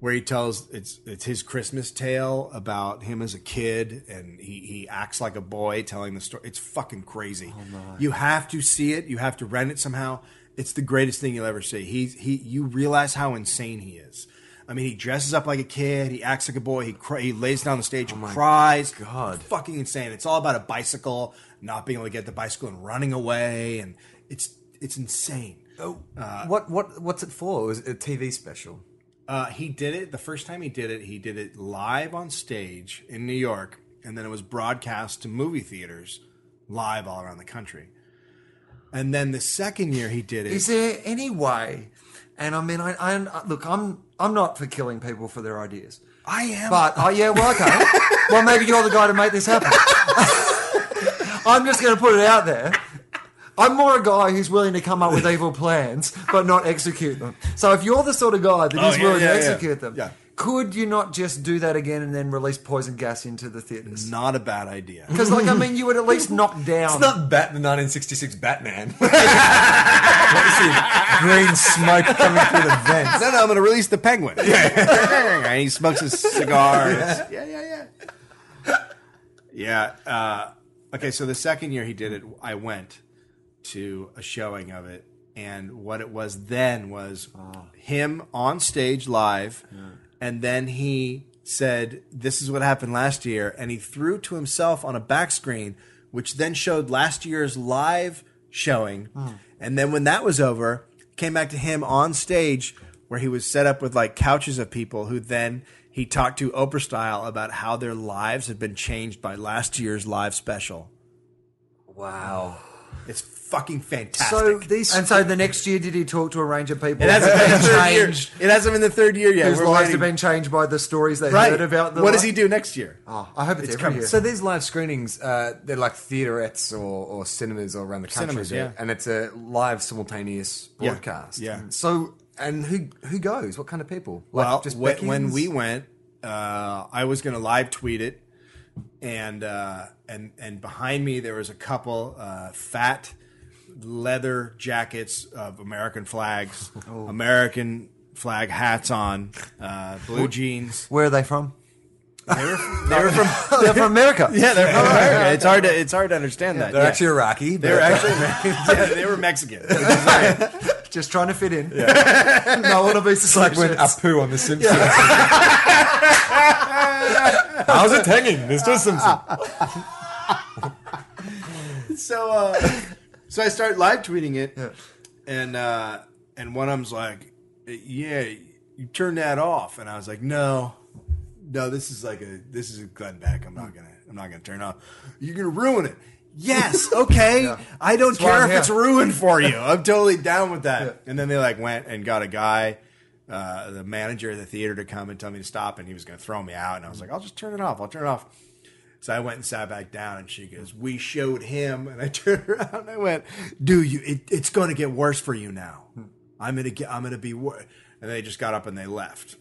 where he tells it's it's his Christmas tale about him as a kid and he he acts like a boy telling the story. It's fucking crazy. You have to see it. You have to rent it somehow. It's the greatest thing you'll ever see. He he you realize how insane he is. I mean, he dresses up like a kid. He acts like a boy. He cr- he lays down on the stage and cries. God. fucking insane. It's all about a bicycle, not being able to get the bicycle and running away, and it's it's insane. Oh, what what what's it for? It was a TV special. Uh, he did it the first time he did it. He did it live on stage in New York, and then it was broadcast to movie theaters live all around the country. And then the second year he did it. Is there any way? And I mean, I, I look, I'm I'm not for killing people for their ideas, I am. but oh yeah, well okay, well maybe you're the guy to make this happen. I'm just going to put it out there. I'm more a guy who's willing to come up with evil plans but not execute them. So if you're the sort of guy that is Oh, yeah, willing yeah, to yeah. execute them, Yeah. could you not just do that again and then release poison gas into the theaters? not a bad idea. Because like I mean, you would at least knock down. It's not Bat the 1966 Batman. What is it? green smoke coming through the vents. No, no, I'm going to release the penguin. Yeah. and he smokes his cigar. Yeah, yeah, yeah. Yeah. Uh, okay, so the second year he did it, I went to a showing of it. And what it was then was him on stage live. And then he said, This is what happened last year. And he threw to himself on a back screen, which then showed last year's live showing. Hmm. And then when that was over, came back to him on stage where he was set up with like couches of people who then he talked to Oprah style about how their lives had been changed by last year's live special. Wow. It's fucking fantastic. So these, and so the next year, did he talk to a range of people? it hasn't been the who've third year. changed, It hasn't been the third year yet. Whose We're lives waiting. have been changed by the stories they right. heard about. The what does he do next year? Oh, I hope it's, every coming. year. So these live screenings, uh, they're like theatrettes or, or cinemas all around the country, Cinemas, right? yeah. and it's a live simultaneous Yeah. broadcast. Yeah. So and who who goes? What kind of people? well, whe- when Beckons? we went, uh, I was going to live tweet it, and uh, and and behind me there was a couple uh, fat leather jackets of American flags, American flag hats on, uh, blue jeans. Where are they from? They were, they were from They're from America. yeah, they're from America. It's hard to it's hard to understand that. they're yeah. actually Iraqi. They were but- actually yeah, they were Mexican. Just trying to fit in. no one will be It's like when suspicious. Apu on The Simpsons. How's it hanging, Mr. Simpson? so uh, so I start live tweeting it, and uh, and one of them's like, "Yeah, you turn that off," and I was like, "No, no, this is like a this is a Glenn Beck. I'm not gonna I'm not gonna turn it off. You're gonna ruin it." Yes, okay. I don't why care I'm if it's here. ruined for you. I'm totally down with that. And then they like went and got a guy, uh, the manager of the theater, to come and tell me to stop, and he was gonna throw me out. And I was like, I'll just turn it off. I'll turn it off. So I went and sat back down, and she goes, "We showed him." And I turned around and I went, "Do you? It, it's going to get worse for you now. I'm gonna get. I'm gonna be." Wor-. And they just got up and they left.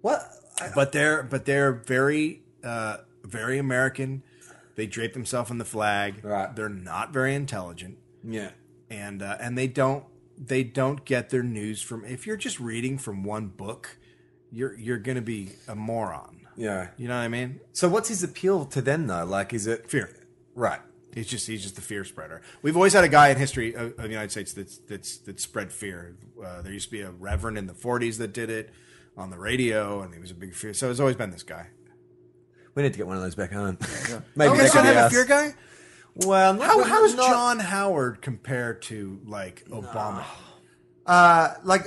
What? I, But they're but they're very uh, very American. They drape themselves in the flag. Right. They're not very intelligent, yeah. and uh, and they don't they don't get their news from. If you're just reading from one book, you're you're gonna be a moron. Yeah. You know what I mean? So what's his appeal to them though? Like, is it Fear. Right. He's just he's just the fear spreader. We've always had a guy in history of, of the United States that's that's that spread fear. Uh, there used to be a reverend in the '40s that did it on the radio, and he was a big fear. So it's always been this guy. We need to get one of those back home. Oh, Maybe we they could don't be have a us. fear guy. Well, not- How, how is not- John Howard compared to like Obama? Uh, like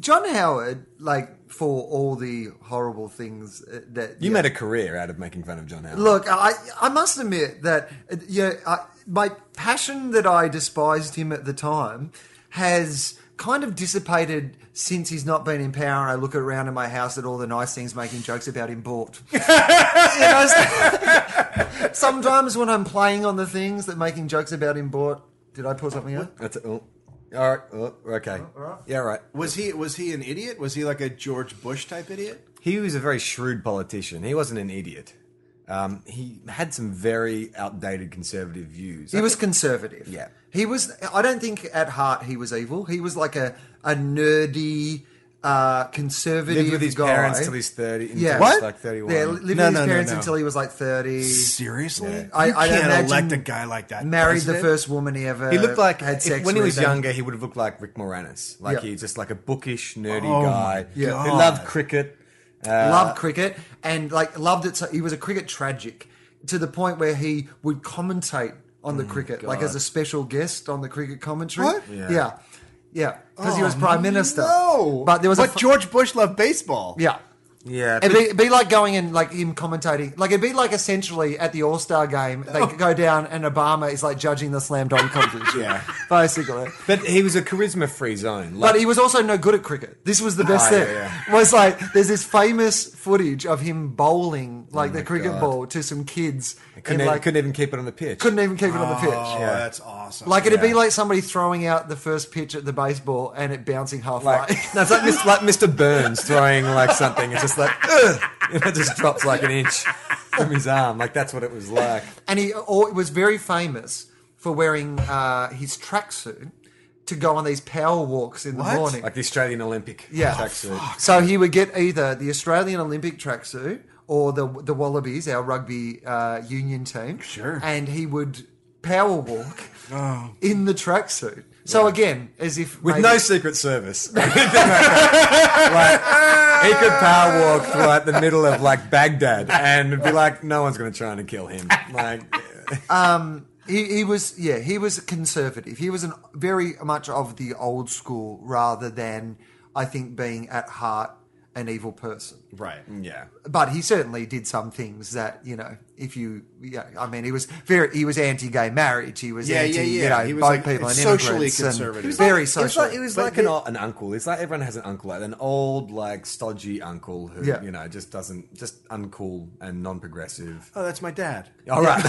John Howard, like for all the horrible things uh, that You yeah. made a career out of making fun of John Howard. Look, I I must admit that uh, yeah, I, my passion that I despised him at the time has kind of dissipated since he's not been in power. And I look around in my house at all the nice things making jokes about him bought. You know, so- sometimes when I'm playing on the things that making jokes about him bought, did I pull something up? That's it. Oh. All right. Oh, okay. Yeah, right. Was he was he an idiot? Was he like a George Bush type idiot? He was a very shrewd politician. He wasn't an idiot. Um, he had some very outdated conservative views. He was conservative. Yeah. He was. I don't think at heart he was evil. He was like a a nerdy uh, conservative lived with his guy. parents till he's thirty. Until Yeah. he's What? Like thirty-one. Yeah, lived with No, his no, no, parents no. until he was like thirty. Seriously, I- you I can't imagine elect a guy like that. Married the president. first woman he ever. He looked like uh, had if- sex when he with was and- younger. He would have looked like Rick Moranis. Like Yeah. he's just like a bookish, nerdy Oh my guy Yeah. who loved cricket. Uh, loved cricket and like loved it. So he was a cricket tragic to the point where he would commentate on the Oh, cricket, like as a special guest on the cricket commentary. What? Yeah. Yeah, yeah, because he was Oh, prime minister. No, but there was but a fu- George Bush loved baseball. yeah. Yeah, It'd be, it'd be like going and like him commentating. Like it'd be like essentially at the All Star game, they go down and Obama is like judging the slam dunk competition. Yeah. basically. but he was a charisma-free zone. Like, But he was also no good at cricket. This was the best Ah, thing. yeah, Was like there's this famous footage of him bowling like the cricket Oh God. ball to some kids, couldn't, and even- like couldn't, couldn't even keep it on the pitch. even keep it on the pitch. Oh, Yeah. that's awesome. Like it'd be yeah. like somebody throwing out the first pitch at the baseball and it bouncing halfway. Like, no, it's like, Mis- like Mr. Burns throwing like something. It's just like, Ugh! and it just drops like an inch from his arm. Like that's what it was like. and he or, was very famous for wearing uh, his tracksuit to go on these power walks in the What? morning. Like the Australian Olympic Yeah. tracksuit. So he would get either the Australian Olympic tracksuit or the the Wallabies, our rugby uh, union team. Sure. And he would power walk in the tracksuit. So again, as if Oh. With maybe- no Secret Service. like, he could power walk through like the middle of like Baghdad and it'd be like, no one's going to try and kill him. Like, he, he was yeah he was a conservative. He was an, very much of the old school rather than I think being at heart an evil person. right. yeah. but he certainly did some things that you know if you yeah i mean he was very he was anti-gay marriage he was Yeah, anti yeah, yeah. you know He was, both like, people and socially immigrants and conservative. He was It very was social like, it was like an, o- an uncle. It's like everyone has an uncle, like an old, like stodgy uncle who, Yeah. you know, just doesn't, just uncool and non-progressive. Oh, that's my dad. All right.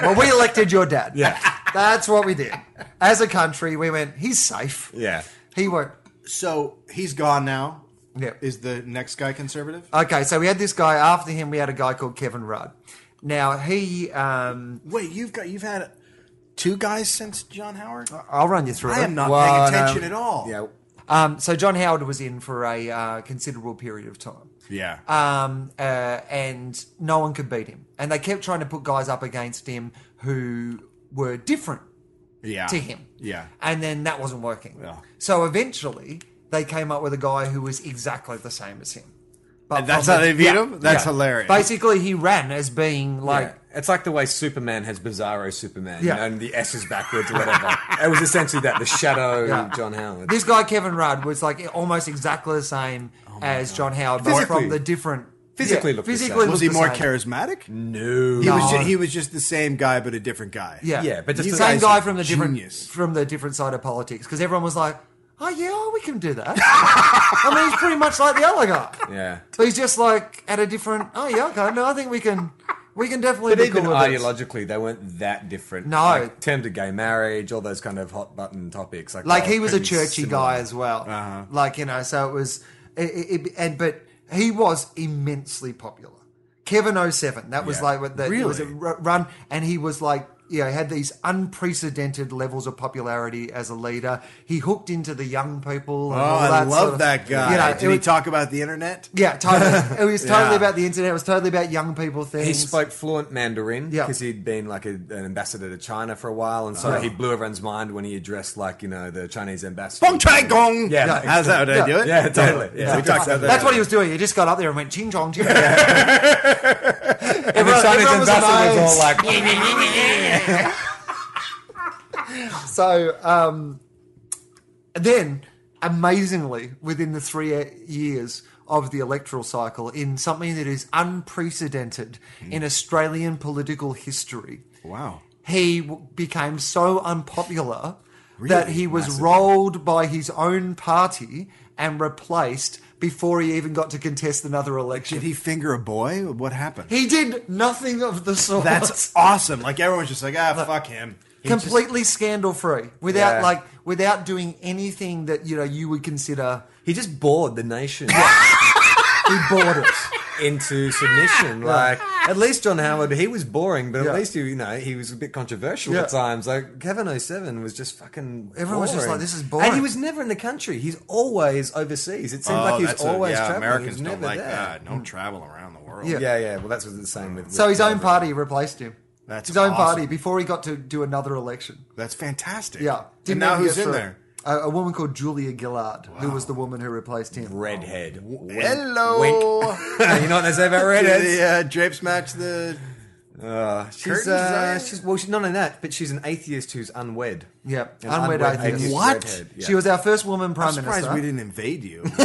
well we elected your dad Yeah. that's what we did as a country we went he's safe Yeah. he won't So he's gone now. Yeah. Is the next guy conservative? okay so we had this guy after him we had a guy called kevin rudd now he um Wait, you've got you've had two guys since John Howard. i'll run you through I it. am not Well, paying attention no. at Oh, all. Yeah. um so john howard was in for a uh, considerable period of time Yeah. um, uh, and no one could beat him. And they kept trying to put guys up against him who were different yeah. to him. Yeah. And then that wasn't working. Yeah. So eventually they came up with a guy who was exactly the same as him. But And that's from how they beat him? That's hilarious. Basically, he ran as being like. Like it's like the way Superman has Bizarro Superman, Yeah. you know, and the S is backwards or whatever. it was essentially that the shadow Yeah. John Howard. This guy Kevin Rudd was like almost exactly the same Oh as John Howard, but Physically. from the different Physically yeah, looked the physically same. looked was he the more same. charismatic? no, He was No. just, he was just the same guy, but a different guy. Yeah, Yeah, but just the the same guys guy are from the different genius. from the different side of politics because everyone was like, "Oh yeah, oh, we can do that." I mean, he's pretty much like the other guy, yeah. but he's just like at a different. Oh yeah, okay, no, I think we can. We can definitely But be cool even with it. ideologically, they weren't that different. No. like, in terms of gay marriage, all those kind of hot button topics. Like, like they're he was a pretty churchy similar. guy as well like you know so it was it, it, it- and but he was immensely popular kevin 07 that was Yeah. like what the, it was a Really? r- run and he was like you know had these unprecedented levels of popularity as a leader he hooked into the young people and Oh, all I that love sort of- that guy. you know, it Did he was- talk about the internet? yeah totally it was totally Yeah. about the internet it was totally about young people things He spoke fluent Mandarin Yeah. because he'd been like a, an ambassador to China for a while, and so he blew everyone's mind when he addressed like you know the Chinese ambassador. Feng Chai Gong. Yeah, Yeah. How's that? Did I Yeah. do it? Yeah, totally. Yeah, we talked about that. that's what he was doing. He just got up there and went ching chong ching. chong." And the Everyone- Chinese everyone was ambassador was all amazed. like, So um, then, amazingly, within the three e- years of the electoral cycle, in something that is unprecedented Hmm. in Australian political history, Wow. he w- became so unpopular that Really? he was Massively. rolled by his own party and replaced before he even got to contest another election. Did he finger a boy? What happened? He did nothing of the sort. That's awesome. Like everyone's just like, ah, fuck him. He just- completely scandal free without Yeah. like without doing anything that you know you would consider he just bored the nation he bought it. into submission. Like at least John Howard, he was boring, but Yeah. at least he, you know he was a bit controversial Yeah. at times. Like Kevin 07 was just fucking. Everyone was just boring. like, "This is boring." and he was never in the country. He's always overseas. It seemed Oh, like he was that's a- always yeah, traveling. Americans he was don't never like there. that. Hmm. Don't travel around the world. Yeah. Yeah, yeah. Well, that's what the same with. So with his own Kevin. party replaced him. That's his own awesome. party before he got to do another election. That's fantastic. Yeah, and now even who's get in through. there? A, a woman called Julia Gillard, who was the woman who replaced him. redhead. Wink, Hello. wink. you know what they say about Did redheads? the uh, drapes match the? Uh, she's, Curtains, uh, eh? she's well, she's not only that, but she's an atheist who's unwed. Yeah, An unwed atheist. What? redhead, yeah. She was our first woman prime I'm surprised minister. we didn't invade you. we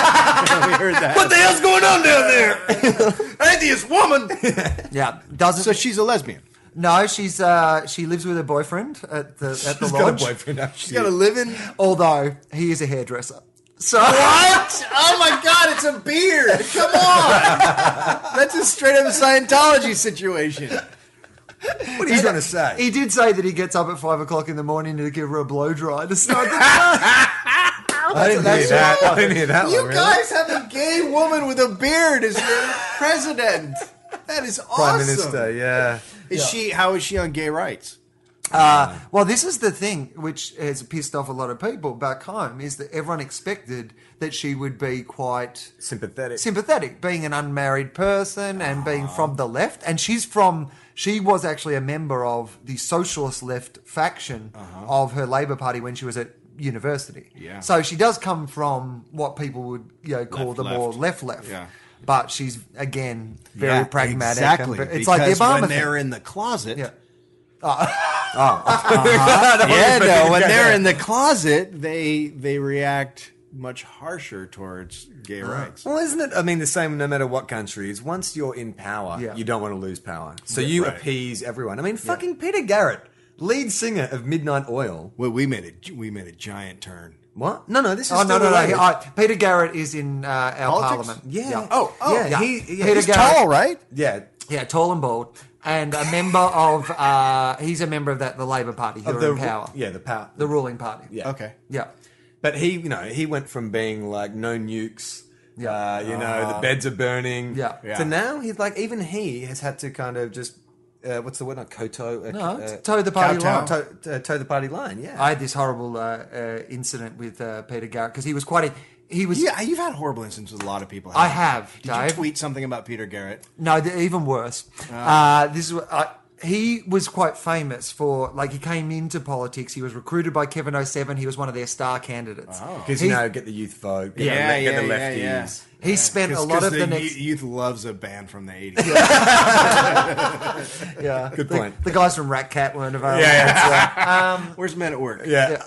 heard that. What the hell's going on down there? Atheist woman. Yeah, doesn't. so she's a lesbian. no, she's uh, she lives with her boyfriend at the at the She's got a lodge. boyfriend. Actually. She's got a living. although he is a hairdresser. So What? Oh my God! It's a beard. Come on. That's a straight up Scientology situation. What are you going to say? He did say that he gets up at five o'clock in the morning to give her a blow dry to start the day. I didn't hear that. I didn't hear that You one. really. guys have a gay woman with a beard as your president. That is awesome. Prime Minister, yeah. Is she? How is she on gay rights? Uh, well, this is the thing which has pissed off a lot of people back home is that everyone expected that she would be quite Sympathetic. sympathetic, being an unmarried person and being Ah. from the left. And she's from, she was actually a member of the socialist left faction of her Labour Party when she was at university. Uh-huh. Yeah. So she does come from what people would you know call Left, the more left left. left. Yeah. But she's again very Yeah, pragmatic. Exactly. and- it's like the because Obama when thing. they're in the closet. Yeah. yeah, no. When they're in the closet, they they react much harsher towards gay rights. well, isn't it? I mean, the same no matter what country is. Once you're in power, Yeah. you don't want to lose power. So you right. appease everyone. I mean, fucking Peter Garrett, lead singer of Midnight Oil. Well, we made a we made a giant turn. What? No, no, this is. Oh no still no no! related. He- I- Peter Garrett is in uh, our Politics? parliament. Yeah. Oh, oh, yeah. yeah. He, yeah, Peter he's Garrett. tall. Tall, right? Yeah. Yeah, tall and bald, and a member of uh, he's a member of that the Labour Party who Of are the in power, Yeah, the power. the ruling party. yeah. Okay. yeah, But he, you know, he went from being like no nukes, Yeah. Ah. uh, you know, the beds are burning, Yeah. Yeah. To now, he's like even he has had to kind of just uh, what's the word? Not koto. Uh, No, uh, it's toe the party kowtow. line. toe, uh, toe the party line. Yeah, I had this horrible uh, uh, incident with uh, Peter Garrett because he was quite a he was Yeah, you've had horrible incidents with a lot of people. I haven't you? have, Did Dave. you tweet something about Peter Garrett? No, they're even worse. Uh, this is what I he was quite famous for. Like he came into politics. He was recruited by Kevin 07. He was one of their star candidates. because He- you know, get the youth vote, get, Yeah, the, le- get the lefties. He spent a lot of the, next. youth loves a band from the eighties. yeah, Good the, point. The guys from Rat Cat weren't available. Where's men at work? Yeah.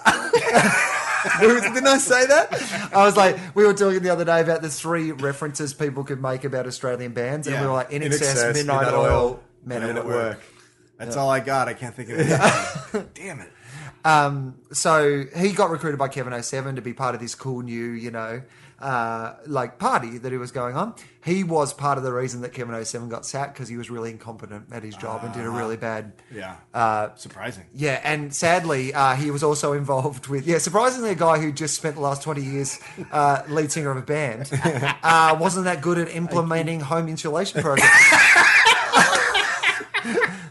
Didn't I say that? I was like, we were talking the other day about the three references people could make about Australian bands, and Yeah. we were like, In In Excess, Excess, Midnight, Midnight Oil, Oil, Men Men at at Work. Work. That's all I got. I can't think of it. Damn it. oh So he got recruited by Kevin 07 to be part of this cool new, you know, uh, like party that he was going on, he was part of the reason that Kevin 07 got sacked because he was really incompetent at his job and did a really bad. Yeah. Uh, Surprising. Yeah, and sadly, uh, he was also involved with yeah. Surprisingly, a guy who just spent the last twenty years uh, lead singer of a band uh, wasn't that good at implementing home insulation programs.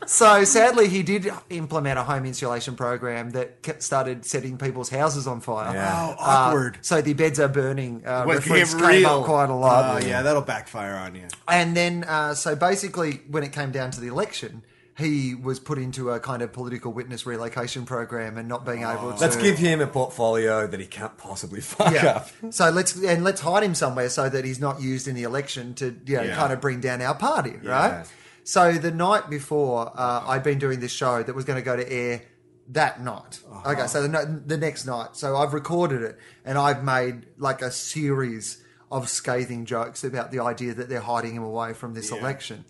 so sadly, he did implement a home insulation program that ke- started setting people's houses on fire. Yeah. Oh, Uh, awkward. so the beds are burning. Uh, What, reference get came real. up quite a lot. Uh, yeah, that'll backfire on you. And then, uh, so basically, when it came down to the election, he was put into a kind of political witness relocation program and not being able to. Let's give him a portfolio that he can't possibly fuck Yeah. up. So let's and let's hide him somewhere so that he's not used in the election to you know, Yeah. kind of bring down our party, Yeah. right? So the night before, uh, I'd been doing this show that was going to go to air that night. Uh-huh. Okay, so the, no- the next night, so I've recorded it and I've made like a series of scathing jokes about the idea that they're hiding him away from this election.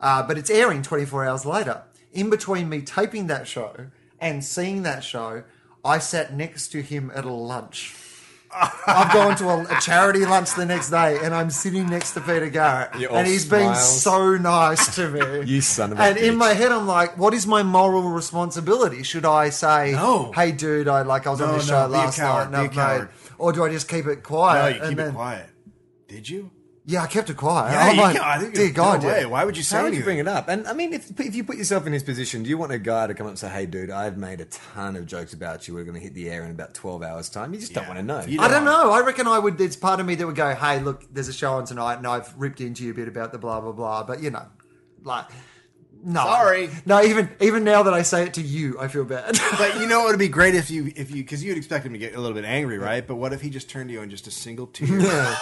Uh, but it's airing 24 hours later. In between me taping that show and seeing that show, I sat next to him at a lunch. I've gone to a, a charity lunch the next day, and I'm sitting next to Peter Garrett, You all and he's been smiles. so nice to me. You son of a And in bitch. my head, I'm like, what is my moral responsibility? Should I say, No. "Hey, dude, I like I was on No, this no, show be a last night, coward, be and a I've coward." made," or do I just keep it Uh, No, quiet? you and keep then- it quiet. Did you? Yeah, I kept it quiet. Yeah, I'm you like, can't- I think dear no God, way. yeah. Why would you say How would anything? you bring it up? And I mean, if, if you put yourself in his position, do you want a guy to come up and say, "Hey, dude, I've made a ton of jokes about you. We're going to hit the air in about twelve hours' time." You just don't Yeah. want to know. You I don't know. I reckon I would. There's part of me that would go, "Hey, look, there's a show on tonight, and I've ripped into you a bit about the blah blah blah." But you know, like, no, Sorry. no. Even even now that I say it to you, I feel bad. But you know it would be great if you if you because you'd expect him to get a little bit angry, right? But what if he just turned to you in just a single tear?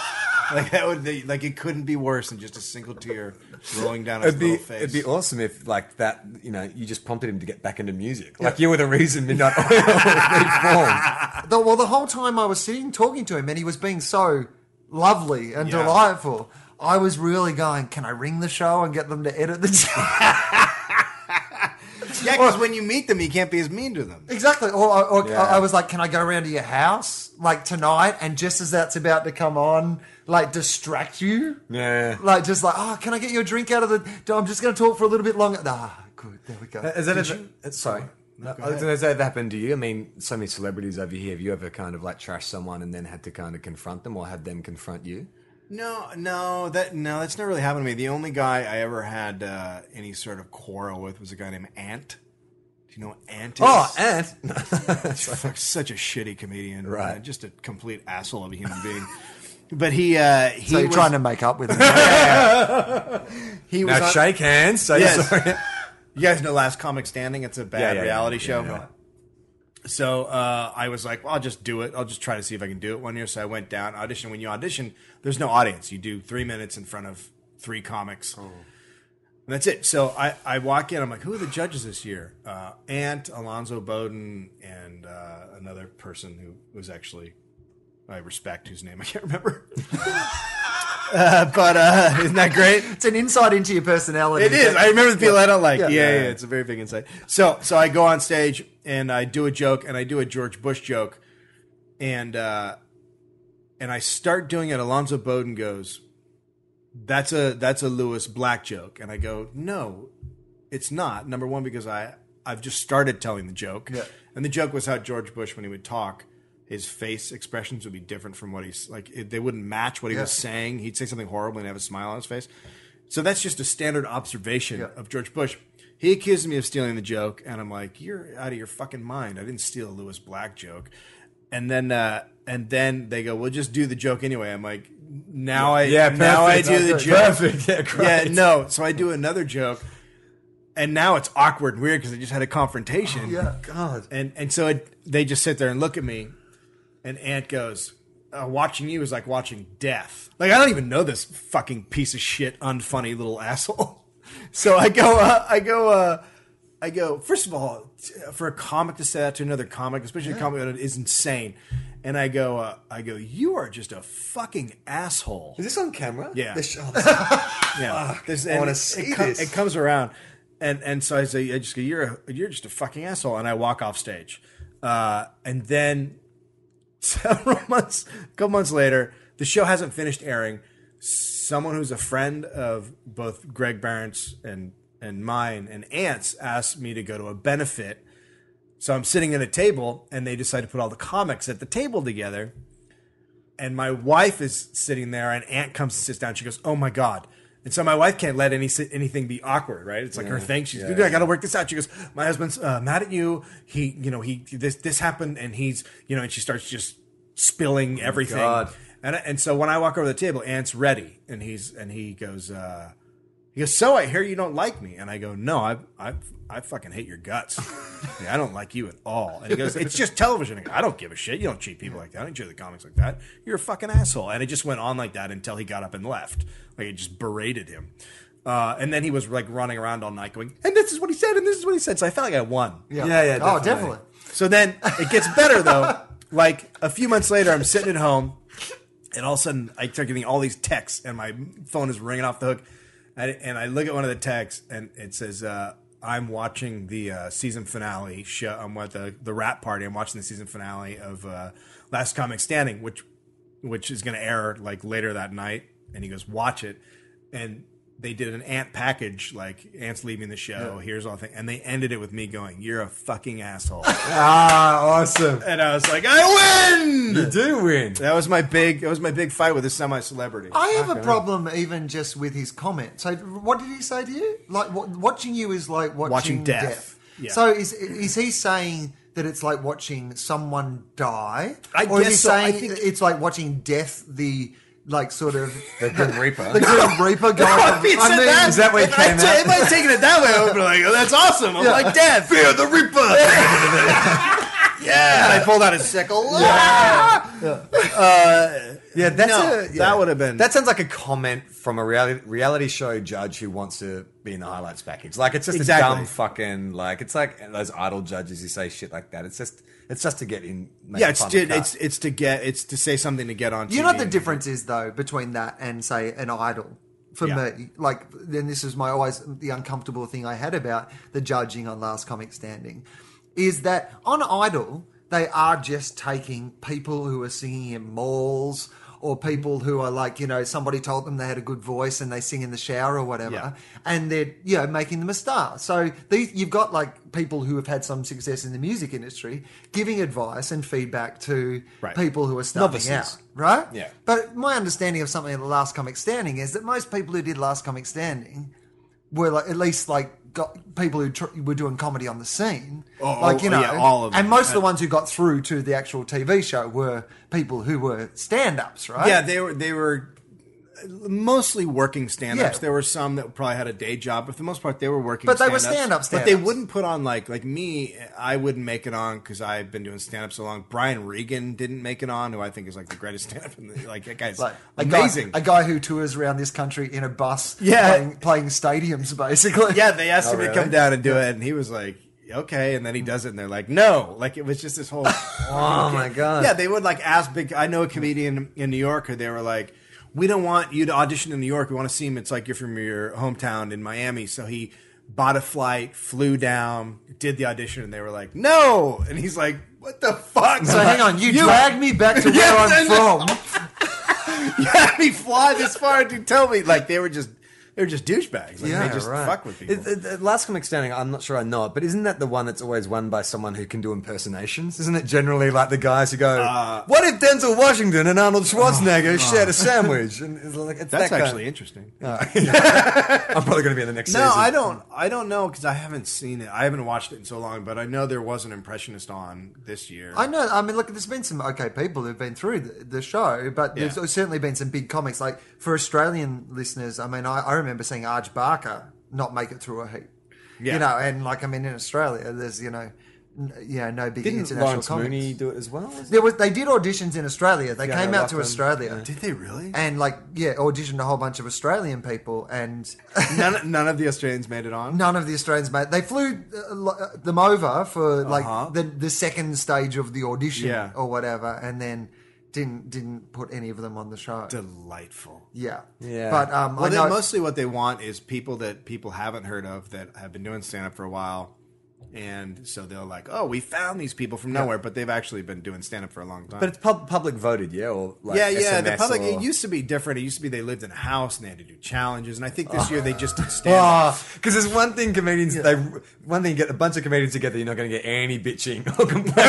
like that would be, like it couldn't be worse than just a single tear rolling down his It'd be, little face. it'd be awesome if, like that, you know, you just prompted him to get back into music. Like you were the reason Midnight Oil was reformed. The- well, the whole time I was sitting talking to him, and he was being so lovely and Yeah. delightful. I was really going, "Can I ring the show and get them to edit the show?" yeah, because when you meet them, you can't be as mean to them. Exactly. Or, or, or Yeah. I was like, can I go around to your house like tonight? And just as that's about to come on, like distract you. Yeah. Like just like, oh, can I get you a drink out of the? I'm just going to talk for a little bit longer. Ah, good. There we go. Has that ever, uh, sorry. No, I was gonna say, has that happened to you? I mean, so many celebrities over here. Have you ever kind of like trashed someone and then had to kind of confront them or had them confront you? No, no, that no, that's not really happened to me. The only guy I ever had uh, any sort of quarrel with was a guy named Ant. Do you know what Ant is? Oh, and Fuck, such a shitty comedian, Right. Uh, just a complete asshole of a human being. But he, uh, he so you're was, trying to make up with him. he was now on- shake hands. Say Yes. sorry. You guys know Last Comic Standing? It's a bad Yeah, yeah, reality yeah, show. yeah, yeah. So uh, I was like, well, I'll just do it. I'll just try to see if I can do it one year. So I went down, auditioned. When you audition, there's no audience. You do three minutes in front of three comics. Oh. And that's it. So I, I walk in. I'm like, who are the judges this year? Uh, Ant, Alonzo Bowden, and uh, another person who was actually I respect, whose name I can't remember. uh, but uh, isn't that great? it's an insight into your personality. It is. I remember the people I don't like. Yeah, Yeah. yeah, It's a very big insight. So, so I go on stage and I do a joke and I do a George Bush joke, and uh, and I start doing it. Alonzo Bowden goes, "That's a that's a Lewis Black joke," and I go, "No, it's not." Number one, because I I've just started telling the joke, Yeah. and the joke was how George Bush, when he would talk, his face expressions would be different from what he's like. It, they wouldn't match what he Yeah. was saying. He'd say something horrible and have a smile on his face. So that's just a standard observation of George Bush. He accused me of stealing the joke, and I'm like, "You're out of your fucking mind! I didn't steal a Lewis Black joke." And then, uh, and then they go, "We'll just do the joke anyway." I'm like, "Now I, Yeah, now I perfect. do the Perfect. joke." Perfect. Yeah, great. yeah, no. So I do another joke, and now it's awkward and weird because I just had a confrontation. Yeah. Oh, God. And and so it, they just sit there and look at me, and Ant goes, uh, "Watching you is like watching death. Like I don't even know this fucking piece of shit, unfunny little asshole." So I go, uh, I go, uh, I go. First of all, t- for a comic to say that to another comic, especially a comic that is insane, and I go, uh, I go, you are just a fucking asshole. Is this on camera? Yeah. This- oh, this- Yeah, There's- I and wanna it- see it, com- this. It comes around, and and so I say, I just go, you're a, you're just a fucking asshole, and I walk off stage, uh, and then several months, a couple months later, the show hasn't finished airing. Someone who's a friend of both Greg Barents and and mine and Ants asked me to go to a benefit. So I'm sitting at a table, and they decide to put all the comics at the table together. And my wife is sitting there, and Aunt comes and sits down. She goes, "Oh my god!" And so my wife can't let any anything be awkward, right? It's like her thing. She's, "Dude, I got to work this out." She goes, "My husband's uh, mad at you. He, you know, he this this happened, and he's, you know," and she starts just spilling everything. God. And I- and so when I walk over to the table, Ant's ready, and he's and he goes, uh, he goes, so I hear you don't like me, and I go, no, I I I fucking hate your guts. Yeah, I don't like you at all. And he goes, it's just television. I, go, I don't give a shit. You don't treat people like that. I don't treat the comics like that. You're a fucking asshole. And it just went on like that until he got up and left. Like it just berated him. Uh, and then he was like running around all night going, and this is what he said, and this is what he said. So I felt like I won. Yeah, yeah, Oh, definitely. definitely. So then it gets better though. like a few months later, I'm sitting at home, and all of a sudden I start getting all these texts, and my phone is ringing off the hook. And, and I look at one of the texts, and it says, uh, "I'm watching the uh, season finale show. I'm at the the rap party. I'm watching the season finale of uh, Last Comic Standing, which which is going to air like later that night. And he goes, watch it. And they did an ant package, like ants leaving the show. Here's all the thing. And they ended it with me going, "You're a fucking asshole." Ah, awesome. and I was like, I win. You do win. That was my big. That was my big fight with a semi-celebrity. I have a problem even just with his comment. So, what did he say to you? Like, wa- watching you is like watching, Watching death. death. Yeah. So, is is he saying that it's like watching someone die, I or is guess he so. I saying think- it's like watching death? The like sort of The Grim Reaper. the Grim Reaper Oh, guy. if he said that, is that where it if I came ta- out? If I had taken it that way, I would be like, "Oh, that's awesome!" I'm like, "Dad, fear the Reaper." yeah, and I pulled out a sickle. Uh, yeah, that's No, a, that yeah. would've been- That sounds like a comment from a reality reality show judge who wants to be in the highlights package. Like it's just Exactly. a dumb fucking like it's like those idol judges who say shit like that. It's just it's just to get in. Make Yeah, it's fun to, of the it's cut. it's to get it's to say something to get on. You know what TV. the difference is though between that and say an idol for Yeah. me. Like then this is my always the uncomfortable thing I had about the judging on Last Comic Standing is that on Idol they are just taking people who are singing in malls or Mm-hmm. people who are like you know somebody told them they had a good voice and they sing in the shower or whatever Yeah. and they're you know making them a star. So these you've got like people who have had some success in the music industry giving advice and feedback to Right. people who are starting Novices. out, right? Yeah. But my understanding of something of the Last Comic Standing is that most people who did Last Comic Standing were like, at least like got people who tr- were doing comedy on the scene, Oh, like you oh, know, yeah, all of and them. most of the I- ones who got through to the actual TV show were people who were stand-ups, right? Yeah, they were they were uh, mostly working stand-ups. Yeah. There were some that probably had a day job, but for the most part, they were working. But they were stand-ups. stand-up But they stand-ups. wouldn't put on like like me. I wouldn't make it on because I've been doing stand-up so long. Brian Regan didn't make it on, who I think is like the greatest stand-up. In the, like that guy's Like a guy- amazing. a guy who tours around this country in a bus, Yeah. playing, playing stadiums basically. yeah, they asked Oh, him to really? come down and do it, and he was like. Okay, and then he does it, and they're like, "No!" Like it was just this whole oh my Uh, god. Yeah, they would like ask big. I know a comedian in New York who they were like, "We don't want you to audition in New York. We want to see him. It's like you're from your hometown in Miami." So he bought a flight, flew down, did the audition, and they were like, "No!" And he's like, "What the fuck?" So hang on, you, dragged me back to where Yes, I'm I know. from. you had me fly this far to tell me like they were just they were just douchebags. Like, Yeah, they just right. fuck with people. It- it- it- last comic standing, I'm not sure I know it, but isn't that the one that's always won by someone who can do impersonations? Isn't it generally like the guys who go, Uh, "What if Denzel Washington and Arnold Oh, Schwarzenegger shared a sandwich?" And it's like, it's That's uh, that guy. actually interesting. I'm probably going to be in the next No, season. I don't. I don't know because I haven't seen it. I haven't watched it in so long, but I know there was an impressionist on this year. I know. I mean, look, there's been some okay people who've been through the, the show, but Yeah. there's certainly been some big comics. Like for Australian listeners, I mean, I, I remember seeing Arj Barker not make it through a heat. Yeah. You know, and like I mean, in Australia, there's you know, n- you know, no big Didn't international Lawrence comics. Mooney do it as well? There was they did auditions in Australia. They Yeah, came I out love to them. Australia Did they really? and like yeah, auditioned a whole bunch of Australian people and. none, none of the Australians made it on. None of the Australians made. They flew uh, lo- uh, them over for like Uh-huh. the the second stage of the audition Yeah. or whatever, and then didn't didn't put any of them on the show. Delightful. yeah, Yeah. But um, Well, I they, know mostly what they want is people that people haven't heard of that have been doing stand up for a while And so they're like, "Oh, we found these people from nowhere," but they've actually been doing stand up for a long time. But it's pub- public voted, yeah, or like yeah, yeah, the SMS public. or- It used to be different. It used to be they lived in a house and they had to do challenges. And I think this year they just did stand up. because there's one thing comedians they one thing you get a bunch of comedians together, you're not going to get any bitching or complaining.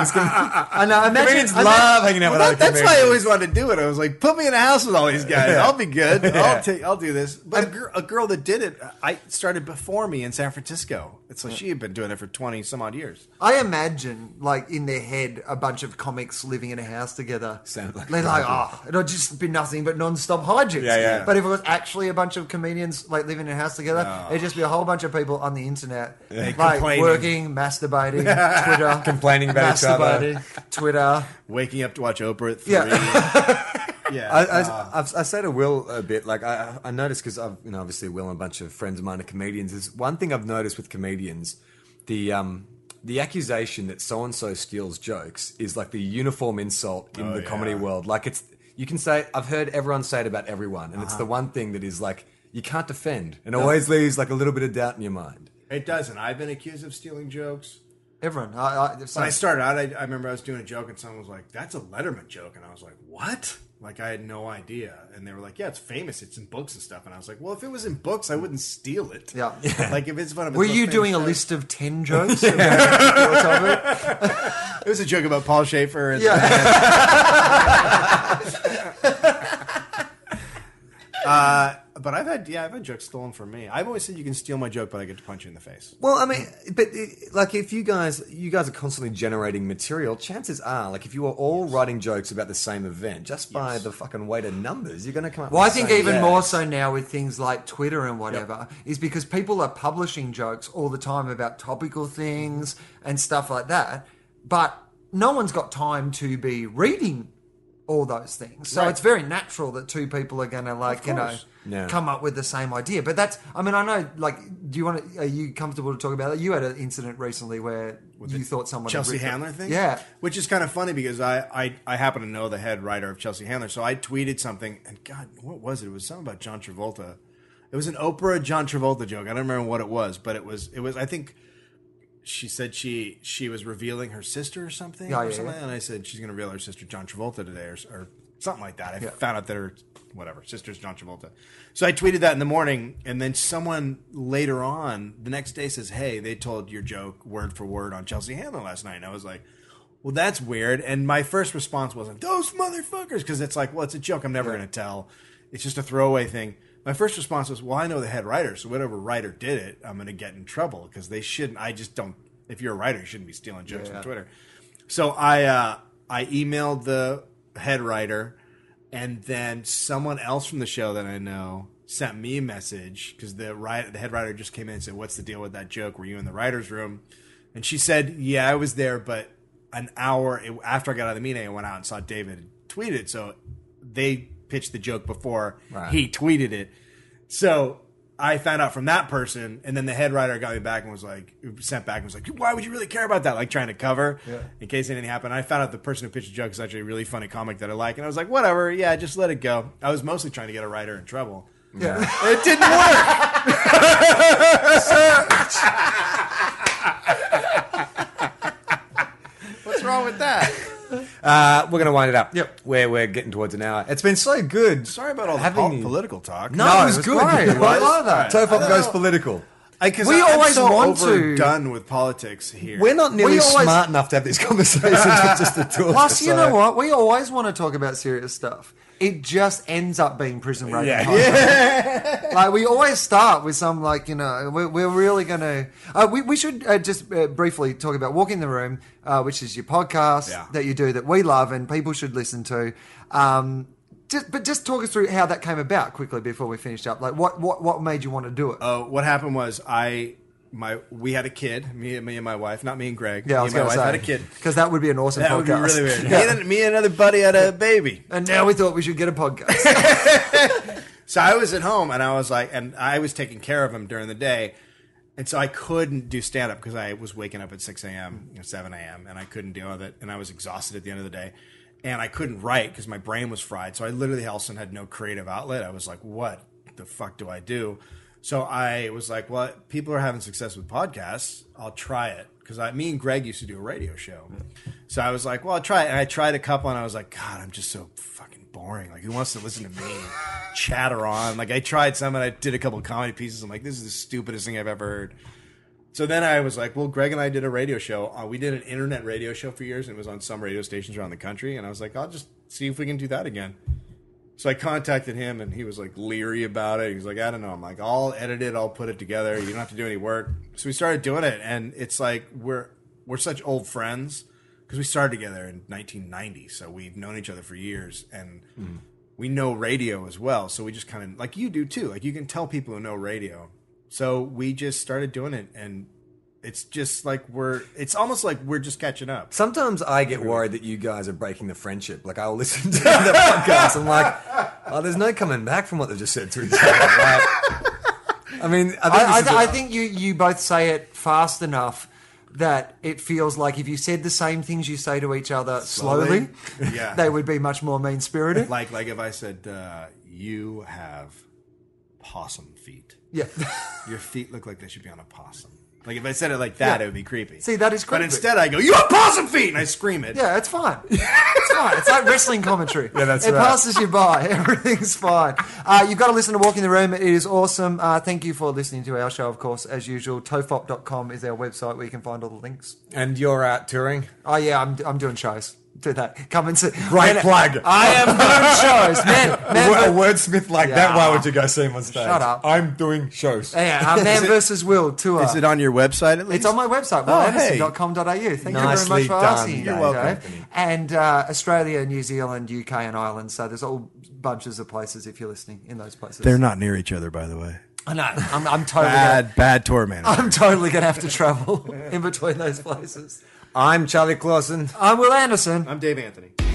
I know. Imagine, comedians imagine- love hanging out with Well, other that- that's why I comedians. always wanted to do it. I was like, put me in a house with all these guys. I'll be good. Yeah. I'll take. I'll do this. But a, gir- a girl that did it, I started before me in San Francisco. It's like she had been doing it for twenty some odd years. I imagine, like in their head, a bunch of comics living in a house together. Sounds like- they're like, oh, it'll just be nothing but non-stop hijinks. Yeah, yeah. But if it was actually a bunch of comedians like living in a house together, it'd just be a whole bunch of people on the internet, like Complaining. working, masturbating, Twitter, Complaining about each other. masturbating, Twitter. Waking up to watch Oprah at three. Yeah. yeah. I, I, I've, I say to Will a bit, like I, I noticed because I've you know obviously Will and a bunch of friends of mine are comedians. Is one thing I've noticed with comedians, the um the accusation that so and so steals jokes is like the uniform insult in Oh, the yeah. comedy world. Like it's you can say I've heard everyone say it about everyone, and it's the Uh-huh. one thing that is like you can't defend, and always leaves like a little bit of doubt in your mind. it doesn't. I've been accused of stealing jokes. Everyone, I, I, so- When I started out, I, I remember I was doing a joke and someone was like, "That's a Letterman joke," and I was like, "What?" Like I had no idea. And they were like, "Yeah, it's famous. It's in books and stuff." And I was like, "Well, if it was in books, I wouldn't steal it." Yeah. Like if it's one of his were most you famous doing a jokes. list of ten jokes? Or something? It was a joke about Paul Schaefer. And yeah, uh, But I've had yeah, I've had jokes stolen from me. I've always said you can steal my joke, but I get to punch you in the face. Well, I mean, but it, like if you guys you guys are constantly generating material, chances are like if you were all writing jokes about the same event, just by the fucking weight of numbers, you're going to come up. Well, I with the think same even jokes. more so now with things like Twitter and whatever is because people are publishing jokes all the time about topical things and stuff like that, but no one's got time to be reading all those things. So Right. it's very natural that two people are going to like, you know, course. Yeah. come up with the same idea. But that's I mean, I know like do you want to are you comfortable to talk about that? You had an incident recently where you thought someone had Chelsea ripped- Handler thing? Yeah. Which is kind of funny because I, I, I happen to know the head writer of Chelsea Handler. So I tweeted something, and God, what was it? It was something about John Travolta. It was an Oprah John Travolta joke. I don't remember what it was, but it was, it was I think she said she she was revealing her sister or something. Yeah, or yeah, something. yeah. And I said she's going to reveal her sister John Travolta today or, or something like that. I Yeah. found out that her, whatever, sister's John Travolta. So I tweeted that in the morning. And then someone later on the next day says, Hey, they told your joke word for word on Chelsea Handler last night. And I was like, well, that's weird. And my first response wasn't those motherfuckers because it's like, well, it's a joke. I'm never going to tell. It's just a throwaway thing. My first response was, well, I know the head writer, so whatever writer did it, I'm going to get in trouble because they shouldn't. I just don't. If you're a writer, you shouldn't be stealing jokes Yeah. from Twitter. So I uh, I emailed the head writer, and then someone else from the show that I know sent me a message because the writer, the head writer just came in and said, "What's the deal with that joke? Were you in the writers' room?" And she said, "Yeah, I was there, but an hour it- after I got out of the meeting, I went out and saw David and tweeted. So they pitched the joke before Right. he tweeted it. So." I found out from that person, and then the head writer got me back and was like, sent back and was like, "Why would you really care about that?" Like trying to cover Yeah. in case anything happened. I found out the person who pitched the joke is actually a really funny comic that I like, and I was like, "Whatever, yeah, just let it go." I was mostly trying to get a writer in trouble. Yeah. It didn't work. What's wrong with that? Uh, we're going to wind it up. Yep. we're we're getting towards an hour. It's been so good. Sorry about all the Having pol- you- political talk. No, No, it was, it was good. great. It was. I love that. I Tofop don't goes know. political. I, 'cause We I- I'm always so want to- overdone with politics here. We're not nearly We always- smart enough to have these conversations. with just the two of Plus, us, you so- know what? We always want to talk about serious stuff. It just ends up being prison rape. Yeah. Yeah. like we always start with some like you know we're, we're really gonna. Uh, we we should uh, just uh, briefly talk about walking the room, uh, which is your podcast Yeah. that you do that we love and people should listen to. Um, just, but just talk us through how that came about quickly before we finished up. Like what what what made you want to do it? Uh, what happened was I my we had a kid. Me, me and my wife, not me and Greg. yeah, me I was and gonna my wife say had a kid. because that would be an awesome That podcast. would be really weird. Yeah. Me, and, me and another buddy had a baby. And now we thought we should get a podcast. So I was at home and I was like, and I was taking care of him during the day. And so I couldn't do stand up because I was waking up at 6 a.m. or 7 a.m. and I couldn't deal with it. And I was exhausted at the end of the day. And I couldn't write because my brain was fried. So I literally also had no creative outlet. I was like, what the fuck do I do? So I was like, well, people are having success with podcasts. I'll try it because I, me and Greg used to do a radio show. So I was like, well, I'll try it. And I tried a couple, and I was like, God, I'm just so fucking boring. Like, who wants to listen to me chatter on? Like, I tried some, and I did a couple comedy pieces. I'm like, this is the stupidest thing I've ever heard. So then I was like, well, Greg and I did a radio show. Uh, we did an internet radio show for years, and it was on some radio stations around the country. And I was like, I'll just see if we can do that again. So I contacted him, and he was like leery about it. He was like, I don't know. I'm like, I'll edit it. I'll put it together. You don't have to do any work. So we started doing it, and it's like we're we're such old friends because we started together in 1990. So we've known each other for years, and we know radio as well. So we just kind of like you do too. Like you can tell people who know radio. So we just started doing it, and it's just like we're. It's almost like we're just catching up. Sometimes I get worried that you guys are breaking the friendship. Like I'll listen to the podcast. I'm like, oh, there's no coming back from what they've just said to each other. Like, I mean, I think, I, I, this is th- I a- think you, you both say it fast enough that it feels like if you said the same things you say to each other slowly, Yeah. they would be much more mean spirited. like like if I said uh, you have possum feet, yeah. your feet look like they should be on a possum. Like if I said it like that, Yeah. it would be creepy. See, that is But creepy. instead, I go you have possum feet, and I scream it. yeah, it's fine. It's fine. It's like wrestling commentary. Yeah, that's it right. passes you by. Everything's fine. Uh, you've got to listen to Walking the Room. It is awesome. Uh, thank you for listening to our show, of course, as usual. Tofop.com is our website where you can find all the links. and you're out touring. Oh yeah, I'm I'm doing shows. Do that. Come and see. Great Man, plug. I am doing shows, man. A Man, ver- wordsmith like that, why would you go see him on stage? Shut up. I'm doing shows. yeah, uh, man versus will tour. Is it on your website at least? It's on my website, Oh, hey. willanderson.com.au. Thank Nicely you very much for done, asking. You're Dave. welcome, Anthony. And uh, Australia, New Zealand, UK, and Ireland. So there's all bunches of places if you're listening in those places. They're not near each other, by the way. I know. I'm, I'm totally. Gonna, Bad, bad tour manager. I'm totally going to have to travel in between those places. I'm Charlie Clausen. I'm Will Anderson. I'm Dave Anthony.